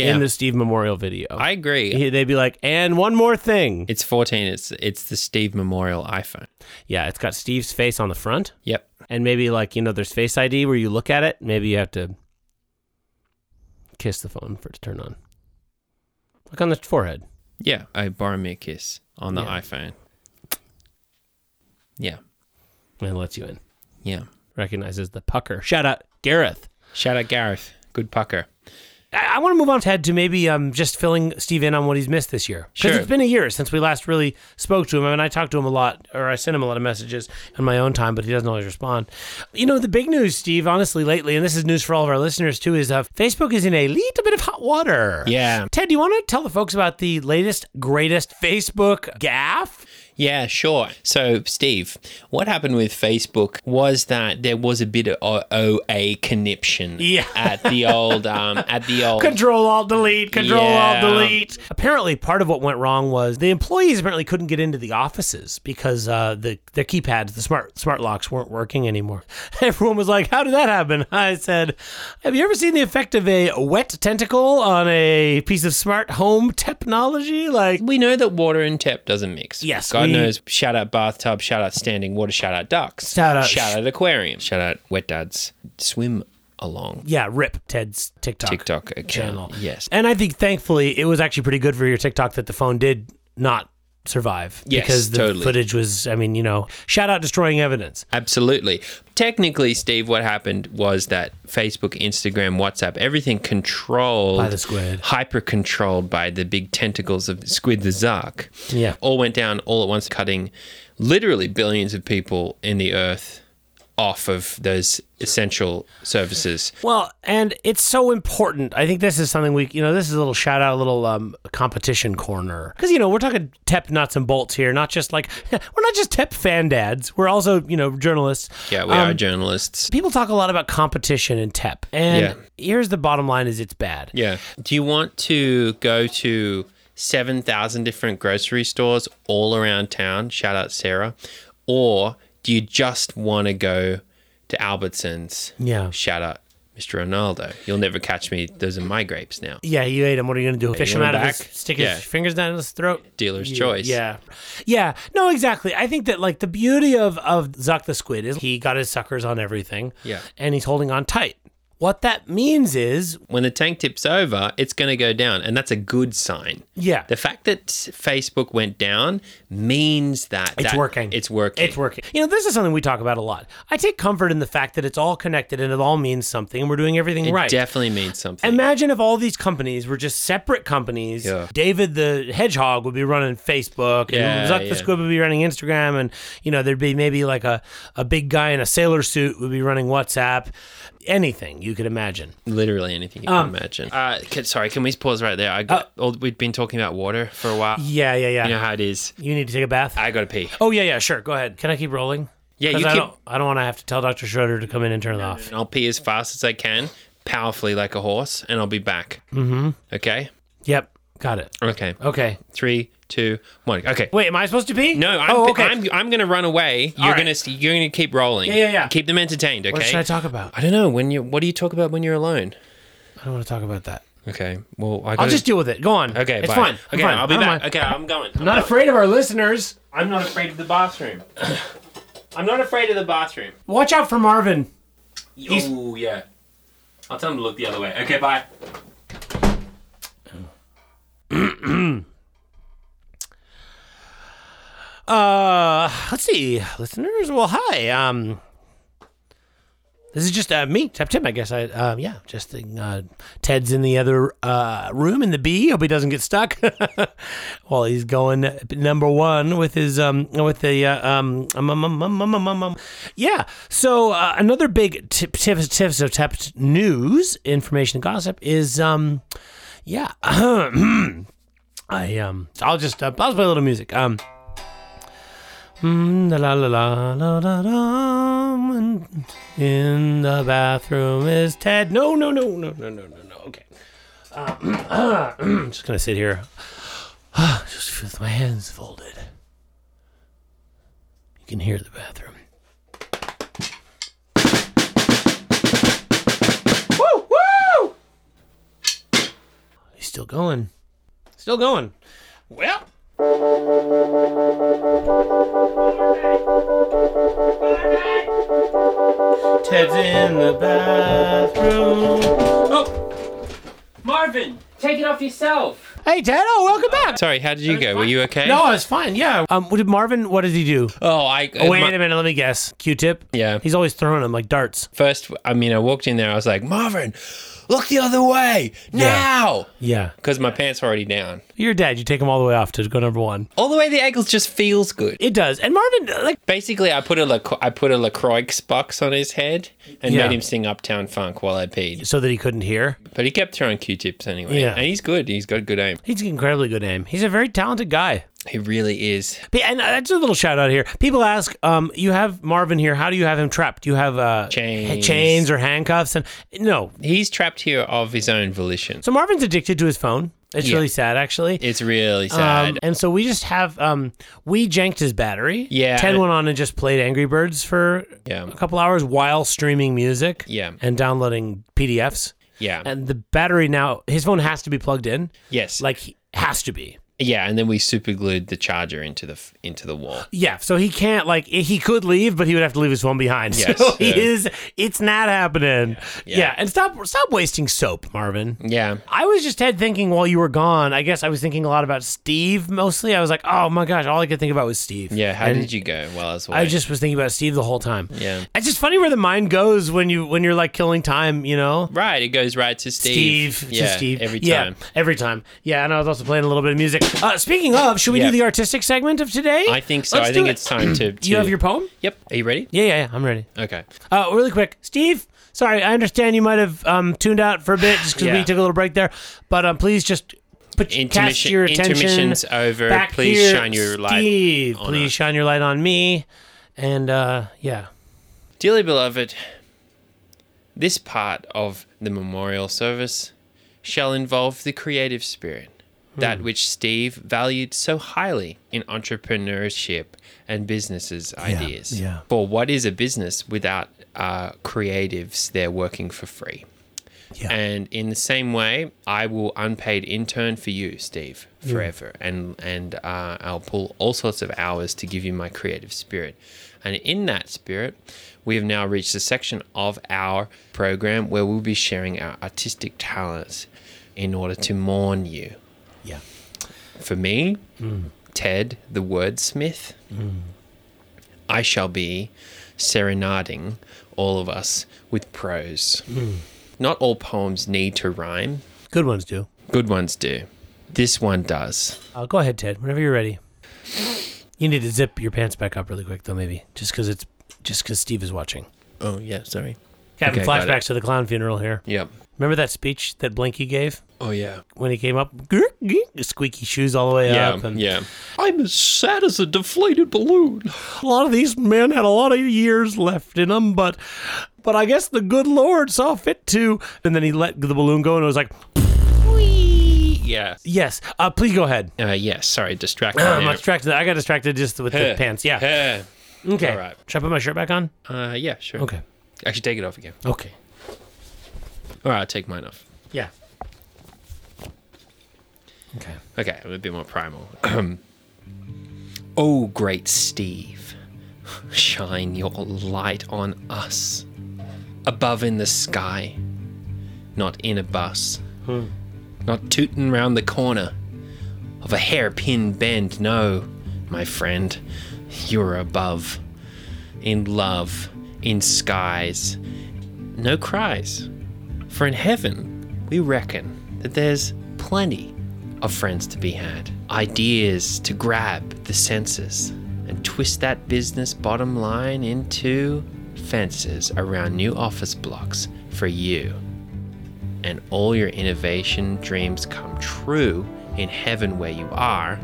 [SPEAKER 2] Yeah.
[SPEAKER 1] in the Steve Memorial video.
[SPEAKER 2] I agree.
[SPEAKER 1] He- They'd be like, and one more thing.
[SPEAKER 2] It's 14. It's it's the Steve Memorial iPhone.
[SPEAKER 1] Yeah, it's got Steve's face on the front.
[SPEAKER 2] Yep.
[SPEAKER 1] And maybe, like, you know, there's Face ID where you look at it. Maybe you have to kiss the phone for it to turn on. Look on the forehead.
[SPEAKER 2] Yeah. I borrow me a kiss on the
[SPEAKER 1] Yeah.
[SPEAKER 2] iPhone. Yeah.
[SPEAKER 1] And it lets you in.
[SPEAKER 2] Yeah.
[SPEAKER 1] Recognizes the pucker. Shout out, Gareth.
[SPEAKER 2] Shout out Gareth. Good pucker.
[SPEAKER 1] I, I want to move on, Ted, to maybe um, just filling Steve in on what he's missed this year. Because
[SPEAKER 2] Sure.
[SPEAKER 1] it's been a year since we last really spoke to him. I mean, I talked to him a lot, or I sent him a lot of messages on my own time, but he doesn't always respond. You know, the big news, Steve, honestly, lately, and this is news for all of our listeners too, is uh, Facebook is in a little bit of hot water.
[SPEAKER 2] Yeah.
[SPEAKER 1] Ted, do you want to tell the folks about the latest, greatest Facebook gaffe?
[SPEAKER 2] Yeah, sure. So, Steve, what happened with Facebook was that there was a bit of O- OA conniption
[SPEAKER 1] Yeah.
[SPEAKER 2] at the old um, at the old
[SPEAKER 1] Control Alt Delete. Control Alt
[SPEAKER 2] Yeah.
[SPEAKER 1] Delete. Apparently, part of what went wrong was the employees apparently couldn't get into the offices because uh, the their keypads, the smart smart locks, weren't working anymore. (laughs) Everyone was like, "How did that happen?" (laughs) I said, "Have you ever seen the effect of a wet tentacle on a piece of smart home technology?" Like,
[SPEAKER 2] We know that water and tap doesn't mix.
[SPEAKER 1] Yes,
[SPEAKER 2] God
[SPEAKER 1] we-
[SPEAKER 2] knows. Shout out bathtub. Shout out standing water. Shout out ducks.
[SPEAKER 1] Shout out-
[SPEAKER 2] Shout out aquarium. Shout out wet dads. Swim along
[SPEAKER 1] yeah, rip Ted's TikTok.
[SPEAKER 2] TikTok account.
[SPEAKER 1] channel.
[SPEAKER 2] Yes.
[SPEAKER 1] And I think thankfully it was actually pretty good for your TikTok that the phone did not survive
[SPEAKER 2] Yes,
[SPEAKER 1] because the
[SPEAKER 2] totally.
[SPEAKER 1] footage was I mean, you know, shout out destroying evidence.
[SPEAKER 2] Absolutely. Technically, Steve, what happened was that Facebook, Instagram, WhatsApp, everything controlled
[SPEAKER 1] By the squid.
[SPEAKER 2] hyper controlled by the big tentacles of Squid the Zark.
[SPEAKER 1] Yeah.
[SPEAKER 2] All went down all at once, cutting literally billions of people in the earth off of those essential services.
[SPEAKER 1] Well, and it's so important. I think this is something we, you know, this is a little shout out, a little um, competition corner. Because, you know, we're talking TEP nuts and bolts here, not just like, (laughs) we're not just TEP fan dads. We're also, you know, journalists.
[SPEAKER 2] Yeah, we
[SPEAKER 1] Um,
[SPEAKER 2] are journalists.
[SPEAKER 1] People talk a lot about competition in TEP. And
[SPEAKER 2] Yeah.
[SPEAKER 1] here's the bottom line is it's bad.
[SPEAKER 2] Yeah. Do you want to go to 7,000 different grocery stores all around town? Shout out Sarah. Or do you just want to go to Albertsons?
[SPEAKER 1] Yeah.
[SPEAKER 2] Shout out Mr. Ronaldo. You'll never catch me. Those are my grapes now.
[SPEAKER 1] Yeah, you ate him. What are you going to do? Fish him
[SPEAKER 2] want
[SPEAKER 1] out
[SPEAKER 2] him
[SPEAKER 1] of his,
[SPEAKER 2] back?
[SPEAKER 1] stick his
[SPEAKER 2] Yeah.
[SPEAKER 1] fingers down his throat?
[SPEAKER 2] Dealer's choice.
[SPEAKER 1] Yeah. Yeah. No, exactly. I think that like the beauty of of Zuck the Squid is he got his suckers on everything.
[SPEAKER 2] Yeah.
[SPEAKER 1] And he's holding on tight. What that means is
[SPEAKER 2] When the tank tips over, it's going to go down. And that's a good sign.
[SPEAKER 1] yeah.
[SPEAKER 2] The fact that Facebook went down means that
[SPEAKER 1] It's
[SPEAKER 2] that-
[SPEAKER 1] working.
[SPEAKER 2] It's working.
[SPEAKER 1] It's working. You know, this is something we talk about a lot. I take comfort in the fact that it's all connected and it all means something and we're doing everything right.
[SPEAKER 2] Definitely means something.
[SPEAKER 1] Imagine if all these companies were just separate companies.
[SPEAKER 2] Yeah.
[SPEAKER 1] David the Hedgehog would be running Facebook,
[SPEAKER 2] Yeah,
[SPEAKER 1] and Zuck
[SPEAKER 2] yeah.
[SPEAKER 1] the Squid would be running Instagram, and you know there'd be maybe like a, a big guy in a sailor suit would be running WhatsApp. Anything you could imagine.
[SPEAKER 2] Literally anything you
[SPEAKER 1] Um,
[SPEAKER 2] can imagine. Uh, can, sorry, can we pause right there? I got,
[SPEAKER 1] Uh,
[SPEAKER 2] all, we've been talking about water for a while.
[SPEAKER 1] Yeah, yeah, yeah.
[SPEAKER 2] You know how it is.
[SPEAKER 1] You need to take a bath.
[SPEAKER 2] I gotta pee.
[SPEAKER 1] oh yeah, yeah. Sure. Go ahead. Can I keep rolling?
[SPEAKER 2] Yeah,
[SPEAKER 1] 'Cause
[SPEAKER 2] you
[SPEAKER 1] I
[SPEAKER 2] keep-
[SPEAKER 1] don't. I don't want to have to tell Doctor Schroeder to come in and turn it off.
[SPEAKER 2] And I'll pee as fast as I can, powerfully like a horse, and I'll be back. Mm-hmm. Okay.
[SPEAKER 1] Yep. Got it.
[SPEAKER 2] Okay.
[SPEAKER 1] Okay.
[SPEAKER 2] Three, two, one. Okay.
[SPEAKER 1] Wait, am I supposed to pee?
[SPEAKER 2] No, I'm,
[SPEAKER 1] oh, okay.
[SPEAKER 2] I'm, I'm gonna run away. You're
[SPEAKER 1] right.
[SPEAKER 2] gonna s- you're gonna keep rolling.
[SPEAKER 1] yeah, yeah.
[SPEAKER 2] Keep them entertained. Okay.
[SPEAKER 1] what should I talk about?
[SPEAKER 2] I don't know when you. What do you talk about when you're alone?
[SPEAKER 1] I don't want to talk about that.
[SPEAKER 2] Okay. Well, I
[SPEAKER 1] I'll
[SPEAKER 2] gotta-
[SPEAKER 1] just deal with it. Go on.
[SPEAKER 2] Okay.
[SPEAKER 1] It's
[SPEAKER 2] bye.
[SPEAKER 1] fine. I'm
[SPEAKER 2] Okay.
[SPEAKER 1] fine.
[SPEAKER 2] I'll be
[SPEAKER 1] I don't
[SPEAKER 2] back.
[SPEAKER 1] mind.
[SPEAKER 2] Okay. I'm going. I'm
[SPEAKER 1] Not
[SPEAKER 2] going.
[SPEAKER 1] afraid of our listeners.
[SPEAKER 2] I'm not afraid of the (coughs) bathroom. I'm not afraid of the bathroom.
[SPEAKER 1] Watch out for Marvin.
[SPEAKER 2] Oh yeah. I'll tell him to look the other way. Okay, bye.
[SPEAKER 1] Uh, let's see, listeners. Well, hi. Um, this is just uh, me, Tap Tim. I guess I. Um, yeah, just think, uh, Ted's in the other uh room in the B. Hope he doesn't get stuck. (laughs) While he's going number one with his um with the uh, um, um, um, um, um, um, um, um, um. yeah. So uh, another big tip tips tips of Tap news information and gossip is um yeah. (clears throat) I um I'll just uh, I'll just play a little music. Um. Mm, la la la la la la. and In the bathroom is Ted. No, no, no, no, no, no, no, no. Okay. Uh, (clears throat) I'm just gonna sit here, just with my hands folded. You can hear the bathroom. Woo, woo! He's still going. Still going. Well. Ted's in the bathroom. Oh,
[SPEAKER 2] Marvin, take it off yourself.
[SPEAKER 1] hey Ted! Oh, welcome back.
[SPEAKER 2] Sorry, how did you go? Were you okay?
[SPEAKER 1] No, it's fine. Yeah. Um, what did Marvin? What did he do?
[SPEAKER 2] Oh, I
[SPEAKER 1] Wait a minute. Let me guess. Q-tip.
[SPEAKER 2] Yeah.
[SPEAKER 1] He's always throwing them like darts.
[SPEAKER 2] First, I mean, I walked in there. I was like, Marvin, look the other way now,
[SPEAKER 1] Yeah.
[SPEAKER 2] because my pants were already down.
[SPEAKER 1] Your dad. You take them all the way off to go number one.
[SPEAKER 2] All the way the ankles just feels good.
[SPEAKER 1] It does. And Marvin, uh, like,
[SPEAKER 2] Basically, I put a Lac- I put a Lacroix box on his head and
[SPEAKER 1] Yeah.
[SPEAKER 2] made him sing Uptown Funk while I peed.
[SPEAKER 1] so that he couldn't hear.
[SPEAKER 2] But he kept throwing Q-tips anyway.
[SPEAKER 1] Yeah.
[SPEAKER 2] and he's good. He's got good aim.
[SPEAKER 1] He's an incredibly good aim. He's a very talented guy.
[SPEAKER 2] He really is.
[SPEAKER 1] But- And uh, that's a little shout out here. People ask, um, you have Marvin here. How do you have him trapped? Do you have uh,
[SPEAKER 2] Chains.
[SPEAKER 1] chains or handcuffs? And no.
[SPEAKER 2] He's trapped here of his own volition.
[SPEAKER 1] So Marvin's addicted to his phone. It's
[SPEAKER 2] Yeah.
[SPEAKER 1] really sad, actually.
[SPEAKER 2] It's really sad.
[SPEAKER 1] Um, and so we just have um, we janked his battery.
[SPEAKER 2] Yeah.
[SPEAKER 1] ten went on and just played Angry Birds for
[SPEAKER 2] Yeah.
[SPEAKER 1] a couple hours while streaming music.
[SPEAKER 2] Yeah.
[SPEAKER 1] and downloading PDFs.
[SPEAKER 2] yeah.
[SPEAKER 1] And the battery now, his phone has to be plugged in.
[SPEAKER 2] yes. Like
[SPEAKER 1] Like he has to be.
[SPEAKER 2] yeah, and then we super glued the charger into the f- into the
[SPEAKER 1] (sighs)
[SPEAKER 2] wall.
[SPEAKER 1] Yeah, so he can't like i- he could leave, but he would have to leave his phone behind. (laughs)
[SPEAKER 2] Yes,
[SPEAKER 1] so he
[SPEAKER 2] yeah.
[SPEAKER 1] is. It's not happening.
[SPEAKER 2] yeah.
[SPEAKER 1] yeah, and stop stop wasting soap, Marvin.
[SPEAKER 2] Yeah.
[SPEAKER 1] I was just head thinking while you were gone. I guess I was thinking a lot about Steve mostly. I was like, oh my gosh, all I could think about was Steve.
[SPEAKER 2] Yeah. How
[SPEAKER 1] And
[SPEAKER 2] did you go while I was away?
[SPEAKER 1] I just was thinking about Steve the whole time.
[SPEAKER 2] Yeah.
[SPEAKER 1] it's just funny where the mind goes when you when you're like killing time. You know,
[SPEAKER 2] Right, it goes right to Steve.
[SPEAKER 1] Steve, to
[SPEAKER 2] yeah,
[SPEAKER 1] Steve.
[SPEAKER 2] Every
[SPEAKER 1] Yeah,
[SPEAKER 2] time.
[SPEAKER 1] every time. Yeah, and I was also playing a little bit of music. Uh, speaking of, should we do
[SPEAKER 2] Yeah.
[SPEAKER 1] the artistic segment of today?
[SPEAKER 2] I think so.
[SPEAKER 1] Let's
[SPEAKER 2] I think
[SPEAKER 1] do it.
[SPEAKER 2] it's time to, to.
[SPEAKER 1] Do (clears throat) you have your poem?
[SPEAKER 2] Yep. Are you ready?
[SPEAKER 1] Yeah, yeah, yeah. I'm ready.
[SPEAKER 2] Okay.
[SPEAKER 1] Uh, really quick, Steve. Sorry, I understand you might have um, tuned out for a bit just because
[SPEAKER 2] Yeah.
[SPEAKER 1] we took a little break there, but um, please just put cast
[SPEAKER 2] Intermission-
[SPEAKER 1] your attention
[SPEAKER 2] intermission's over.
[SPEAKER 1] back
[SPEAKER 2] Please
[SPEAKER 1] here,
[SPEAKER 2] shine your light
[SPEAKER 1] Steve,
[SPEAKER 2] on
[SPEAKER 1] please
[SPEAKER 2] us.
[SPEAKER 1] shine your light on me, and uh, yeah,
[SPEAKER 2] Dearly beloved, this part of the memorial service shall involve the creative spirit,
[SPEAKER 1] Hmm.
[SPEAKER 2] that which Steve valued so highly in entrepreneurship and businesses' ideas.
[SPEAKER 1] yeah.
[SPEAKER 2] For what is a business without uh, creatives there working for free?
[SPEAKER 1] Yeah.
[SPEAKER 2] And in the same way, I will unpaid intern for you, Steve, forever, and and uh, I'll pull all sorts of hours to give you my creative spirit. And in that spirit, we have now reached a section of our program where we'll be sharing our artistic talents in order to mourn you.
[SPEAKER 1] yeah,
[SPEAKER 2] For me,
[SPEAKER 3] Mm.
[SPEAKER 2] Ted, the wordsmith, I shall be serenading all of us with prose.
[SPEAKER 3] Mm.
[SPEAKER 2] Not all poems need to rhyme,
[SPEAKER 1] good ones do.
[SPEAKER 2] good ones do. This one does.
[SPEAKER 1] Uh, go ahead, Ted. Whenever you're ready. You need to zip your pants back up really quick, though, maybe just because it's just because Steve is watching.
[SPEAKER 2] Oh, yeah, sorry.
[SPEAKER 1] Having
[SPEAKER 2] Okay, got it.
[SPEAKER 1] flashbacks to the clown funeral here.
[SPEAKER 2] Yep.
[SPEAKER 1] Remember that speech that Blinky gave
[SPEAKER 2] Oh, yeah.
[SPEAKER 1] when he came up? Grr, grr, Squeaky shoes all the way
[SPEAKER 2] Yeah,
[SPEAKER 1] up. And
[SPEAKER 2] yeah.
[SPEAKER 3] I'm as sad as a deflated balloon.
[SPEAKER 1] a lot of these men had a lot of years left in them, but but I guess the good Lord saw fit to. And then he let the balloon go, and it was like,
[SPEAKER 2] Yeah.
[SPEAKER 1] yes, uh, please go ahead.
[SPEAKER 2] Uh, yeah, sorry, distracted.
[SPEAKER 1] I'm
[SPEAKER 3] Ah,
[SPEAKER 2] there.
[SPEAKER 1] distracted. I got distracted just with the
[SPEAKER 2] Huh.
[SPEAKER 1] pants. Yeah.
[SPEAKER 2] Huh.
[SPEAKER 1] Okay.
[SPEAKER 2] All right.
[SPEAKER 1] Should I put my shirt back on?
[SPEAKER 2] Uh, yeah, sure.
[SPEAKER 1] Okay.
[SPEAKER 2] Actually, take it off again.
[SPEAKER 1] Okay.
[SPEAKER 2] All right, I'll take mine off.
[SPEAKER 1] Yeah. Okay.
[SPEAKER 2] Okay, I'm a bit more primal. (clears throat) oh, great Steve, (laughs) shine your light on us. Above in the sky, not in a bus, not tootin' round the corner of a hairpin bend. No, my friend, you're above. In love, in skies, no cries. For in heaven, we reckon that there's plenty of friends to be had, ideas to grab the senses, and twist that business bottom line into fences around new office blocks for you. And all your innovation dreams come true in heaven where you are,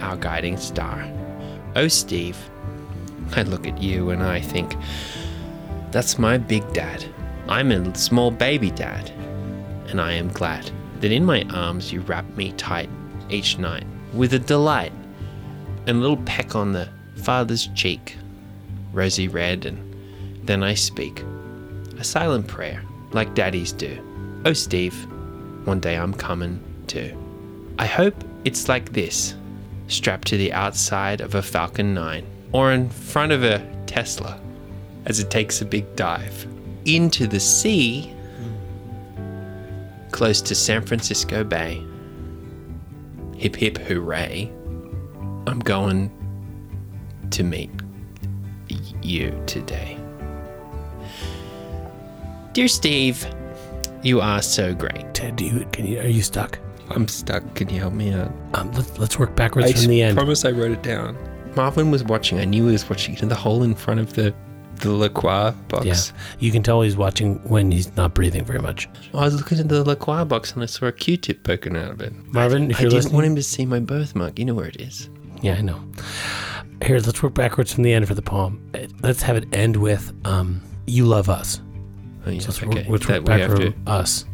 [SPEAKER 2] our guiding star. Oh, Steve, I look at you and I think, that's my big dad. I'm a small baby dad, and I am glad that in my arms you wrap me tight each night with a delight and a little peck on the father's cheek, rosy red, and then I speak a silent prayer like daddies do. Oh, Steve, one day I'm coming too. I hope it's like this strapped to the outside of a Falcon 9 or in front of a Tesla as it takes a big dive into the sea close to San Francisco Bay. Hip hip hooray. I'm going to meet y- you today. Dear Steve, you are so great.
[SPEAKER 1] Ted, do you can you are you stuck?
[SPEAKER 3] I'm stuck. Can you help me out?
[SPEAKER 1] Um, let's let's work backwards
[SPEAKER 3] I
[SPEAKER 1] from the end.
[SPEAKER 3] promise I wrote it down. Marvin was watching. I knew he was watching in the hole in front of the the La Croix
[SPEAKER 1] Yeah.
[SPEAKER 3] box.
[SPEAKER 1] You can tell he's watching when he's not breathing very much.
[SPEAKER 2] Oh, I was looking at the La Croix box and I saw a Q tip poking out of it.
[SPEAKER 1] Marvin, if
[SPEAKER 2] I
[SPEAKER 1] you're
[SPEAKER 2] didn't
[SPEAKER 1] listening,
[SPEAKER 2] want him to see my birthmark. You know where it is.
[SPEAKER 1] Yeah, I know. Here, let's work backwards from the end for the poem. Uh, Let's have it end with um, "You love us."
[SPEAKER 2] Oh, yeah,
[SPEAKER 1] Let's
[SPEAKER 2] okay.
[SPEAKER 1] work, let's
[SPEAKER 2] That
[SPEAKER 1] work
[SPEAKER 2] we have
[SPEAKER 1] backward
[SPEAKER 2] to.
[SPEAKER 1] from us.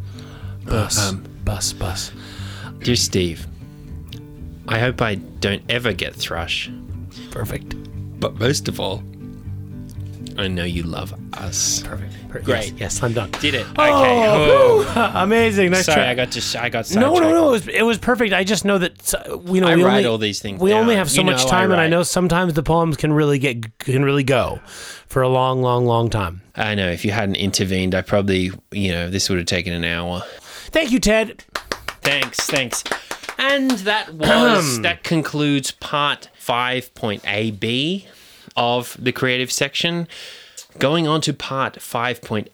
[SPEAKER 1] Bus,
[SPEAKER 2] um,
[SPEAKER 1] bus, bus.
[SPEAKER 2] Dear Steve, I hope I don't ever get thrush,
[SPEAKER 1] Perfect.
[SPEAKER 2] but most of all, I know you love us.
[SPEAKER 1] Perfect. Per-
[SPEAKER 2] Great.
[SPEAKER 1] Yes, yes, I'm done.
[SPEAKER 2] Did it? okay.
[SPEAKER 1] Oh,
[SPEAKER 2] Oh.
[SPEAKER 1] whew. (laughs) amazing. Nice
[SPEAKER 2] Sorry,
[SPEAKER 1] try.
[SPEAKER 2] I got just I got
[SPEAKER 1] no,
[SPEAKER 2] sidetracked.
[SPEAKER 1] no, no. It was, it was perfect. I just know that uh, you know
[SPEAKER 2] I
[SPEAKER 1] we
[SPEAKER 2] write
[SPEAKER 1] only,
[SPEAKER 2] all these things
[SPEAKER 1] We only
[SPEAKER 2] down.
[SPEAKER 1] have so
[SPEAKER 2] You
[SPEAKER 1] much
[SPEAKER 2] know I
[SPEAKER 1] time, and I
[SPEAKER 2] write.
[SPEAKER 1] know sometimes the poems can really get can really go for a long, long, long time.
[SPEAKER 2] I know if you hadn't intervened, I probably you know this would have taken an hour.
[SPEAKER 1] Thank you, Ted.
[SPEAKER 2] Thanks, thanks. And that was that concludes part 5.AB of the creative section. Going on to part 5.AC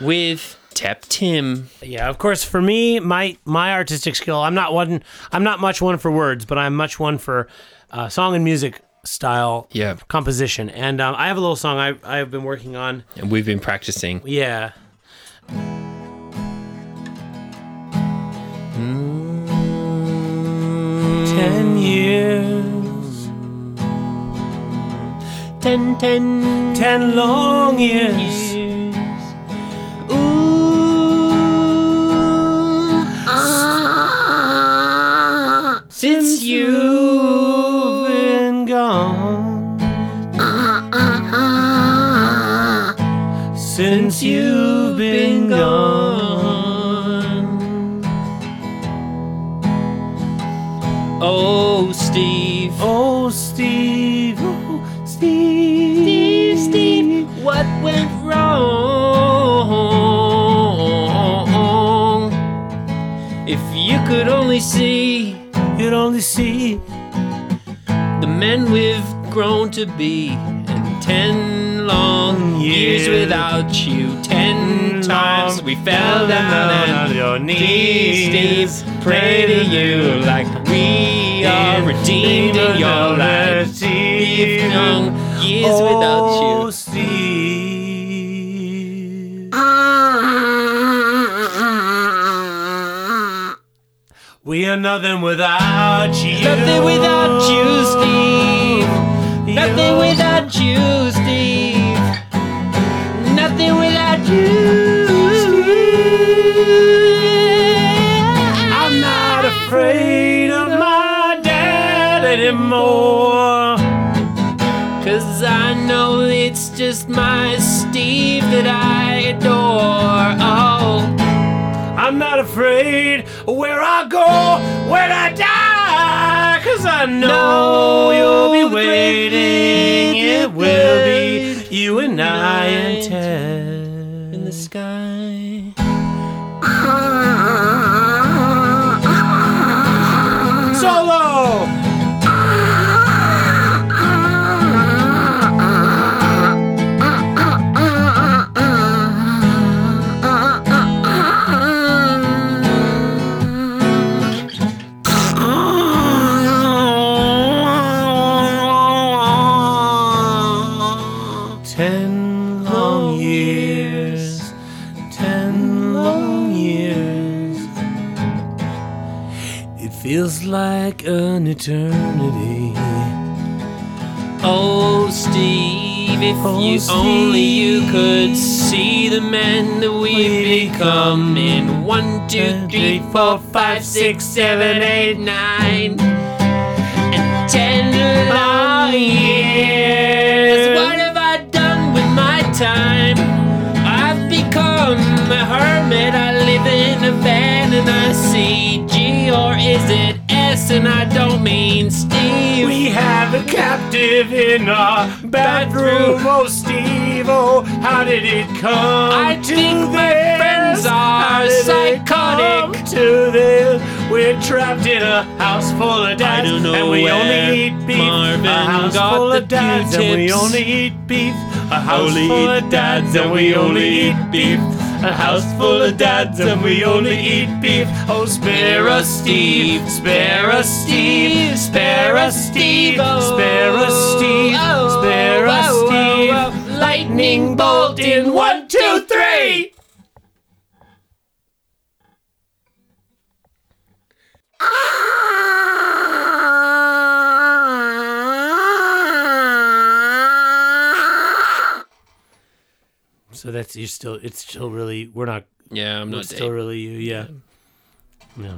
[SPEAKER 2] with Tep Tim.
[SPEAKER 1] Yeah, of course. For me, my my artistic skill, I'm not one. I'm not much one for words, but I'm much one for uh, song and music style
[SPEAKER 2] Yeah.
[SPEAKER 1] composition. And um, I have a little song I I've been working on.
[SPEAKER 2] And we've been practicing.
[SPEAKER 1] Yeah. Ten years. Ten, ten, ten long years. Ooh, since you've been gone. Since you've been gone.
[SPEAKER 2] Oh, Steve.
[SPEAKER 1] Oh, Steve, oh, Steve, Steve, Steve,
[SPEAKER 2] What went wrong? If you could only see
[SPEAKER 1] you'd only see
[SPEAKER 2] the men we've grown to be in ten long years
[SPEAKER 1] Years. Mm,
[SPEAKER 2] without you. Ten Mm, times we fell down and
[SPEAKER 1] your
[SPEAKER 2] Steve, pray to you like we are redeemed in your life. If long years
[SPEAKER 1] oh,
[SPEAKER 2] without you.
[SPEAKER 1] Steve. We are nothing without you.
[SPEAKER 2] Nothing without you, Steve.
[SPEAKER 1] You-
[SPEAKER 2] Nothing without you, Steve. Nothing without you.
[SPEAKER 1] I'm not afraid of my dad anymore.
[SPEAKER 2] Cause I know it's just my Steve that I adore. Oh,
[SPEAKER 1] I'm not afraid of where I go when I die. Cause I know you'll be waiting. It will be you and I and Ted.
[SPEAKER 2] in the sky.
[SPEAKER 1] Solo! Ten long years, ten long years. It feels like an eternity.
[SPEAKER 2] Oh, Steve, if
[SPEAKER 1] Oh,
[SPEAKER 2] you only you could
[SPEAKER 1] Steve.
[SPEAKER 2] see the men that
[SPEAKER 1] We
[SPEAKER 2] we've become in one, two,
[SPEAKER 1] One,
[SPEAKER 2] three,
[SPEAKER 1] two,
[SPEAKER 2] four, five, six, seven, eight, nine, and ten long years. What have I done with my time? I've become a hermit. I live in a van and I see G or is it S? And I don't mean Steve.
[SPEAKER 1] We have a captive in our bathroom.
[SPEAKER 2] Bathroom.
[SPEAKER 1] Oh, Steve, oh, how did it come?
[SPEAKER 2] I
[SPEAKER 1] to
[SPEAKER 2] think my
[SPEAKER 1] this?
[SPEAKER 2] friends are
[SPEAKER 1] How did it come
[SPEAKER 2] psychotic.
[SPEAKER 1] to this, we're trapped in a house full of dads,
[SPEAKER 2] don't know
[SPEAKER 1] and we
[SPEAKER 2] where
[SPEAKER 1] only eat beef.
[SPEAKER 2] Marvin
[SPEAKER 1] a house
[SPEAKER 2] got
[SPEAKER 1] full
[SPEAKER 2] the
[SPEAKER 1] of dads, and we
[SPEAKER 2] Q-tips.
[SPEAKER 1] only eat beef. A house
[SPEAKER 2] Only
[SPEAKER 1] full
[SPEAKER 2] eat
[SPEAKER 1] of dads, and we only eat beef. A house full of dads, and we only eat beef. Oh, spare us, Steve. Spare us, Steve. Spare us, Steve. Spare us, Steve. Spare us, Steve.
[SPEAKER 2] Lightning bolt in one, two, three.
[SPEAKER 1] that's you're still. It's still really. We're not.
[SPEAKER 2] Yeah, I'm not
[SPEAKER 1] it's still
[SPEAKER 2] dead.
[SPEAKER 1] really you. Yeah. Yeah.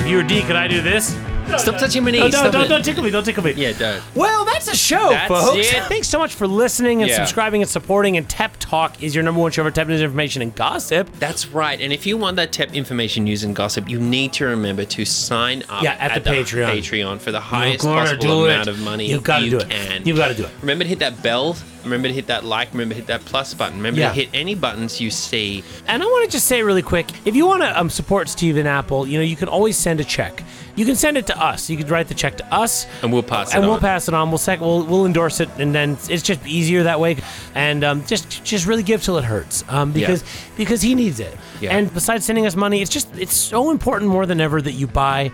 [SPEAKER 1] If you were D, could I do this?
[SPEAKER 2] Stop touching my knee.
[SPEAKER 1] No, don't,
[SPEAKER 2] stop
[SPEAKER 1] don't,
[SPEAKER 2] it.
[SPEAKER 1] don't tickle me. Don't tickle me.
[SPEAKER 2] Yeah, don't.
[SPEAKER 1] Well, that's a show,
[SPEAKER 2] That's
[SPEAKER 1] folks.
[SPEAKER 2] it.
[SPEAKER 1] Thanks so much for listening and
[SPEAKER 2] Yeah.
[SPEAKER 1] subscribing and supporting. And Tep Talk is your number one show for Tep news information and gossip.
[SPEAKER 2] That's right. And if you want that tip information, news, and gossip, you need to remember to sign up
[SPEAKER 1] Yeah, at the Patreon.
[SPEAKER 2] Patreon for the
[SPEAKER 1] You've
[SPEAKER 2] highest
[SPEAKER 1] gotta
[SPEAKER 2] possible amount of money
[SPEAKER 1] You've got to
[SPEAKER 2] you
[SPEAKER 1] do it.
[SPEAKER 2] can.
[SPEAKER 1] You've got to do it.
[SPEAKER 2] Remember to hit that bell. Remember to hit that like. Remember to hit that plus button. Remember
[SPEAKER 1] Yeah.
[SPEAKER 2] to hit any buttons you see.
[SPEAKER 1] And I want to just say really quick, if you want to um, support Steve and Apple, you know you can always send a check. You can send it to us. You can write the check to us,
[SPEAKER 2] And we'll pass it
[SPEAKER 1] and we'll
[SPEAKER 2] on.
[SPEAKER 1] pass it on. We'll sec- we'll we'll endorse it, and then it's just easier that way. And um, just just really give till it hurts, um, because because he needs it.
[SPEAKER 2] Yeah.
[SPEAKER 1] And besides sending us money, it's just it's so important more than ever that you buy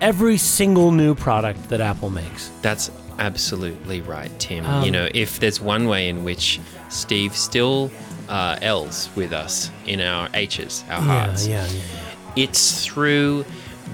[SPEAKER 1] every single new product that Apple makes.
[SPEAKER 2] That's absolutely right, Tim.
[SPEAKER 1] Um,
[SPEAKER 2] you know, if there's one way in which Steve still uh, L's with us in our H's, our hearts,
[SPEAKER 1] Yeah, yeah, yeah.
[SPEAKER 2] it's through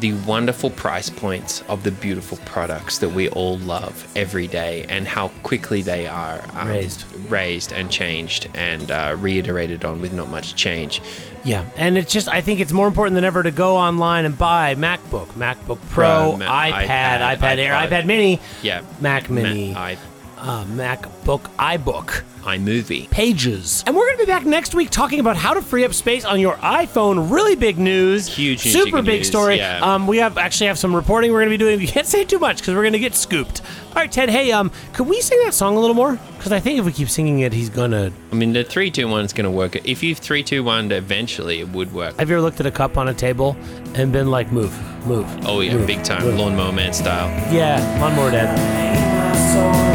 [SPEAKER 2] the wonderful price points of the beautiful products that we all love every day and how quickly they are um,
[SPEAKER 1] Raised.
[SPEAKER 2] raised and changed and uh, reiterated on with not much change.
[SPEAKER 1] Yeah, and it's just I think it's more important than ever to go online and buy MacBook, MacBook Pro,
[SPEAKER 2] Pro, Uh, Ma-
[SPEAKER 1] iPad, iPad,
[SPEAKER 2] iPad,
[SPEAKER 1] Air,
[SPEAKER 2] iPod.
[SPEAKER 1] iPad Mini,
[SPEAKER 2] Yeah.
[SPEAKER 1] Mac
[SPEAKER 2] Ma-
[SPEAKER 1] Mini,
[SPEAKER 2] I,
[SPEAKER 1] uh, MacBook, iBook,
[SPEAKER 2] iMovie.
[SPEAKER 1] Pages, and we're gonna be back next week talking about how to free up space on your iPhone. Really big news,
[SPEAKER 2] Huge news you
[SPEAKER 1] super
[SPEAKER 2] can
[SPEAKER 1] big
[SPEAKER 2] use,
[SPEAKER 1] story.
[SPEAKER 2] yeah.
[SPEAKER 1] Um, we have actually have some reporting we're gonna be doing. You can't say too much because we're gonna get scooped. All right, Ted. Hey, um, could we sing that song a little more? Because I think if we keep singing it, he's gonna.
[SPEAKER 2] I mean, the 321 is going to work. If you've 321 eventually, it would work.
[SPEAKER 1] Have you ever looked at a cup on a table and been like, move, move?
[SPEAKER 2] Oh, yeah,
[SPEAKER 1] move,
[SPEAKER 2] big time.
[SPEAKER 1] move.
[SPEAKER 2] Lawnmower Man style.
[SPEAKER 1] Yeah, one more dad.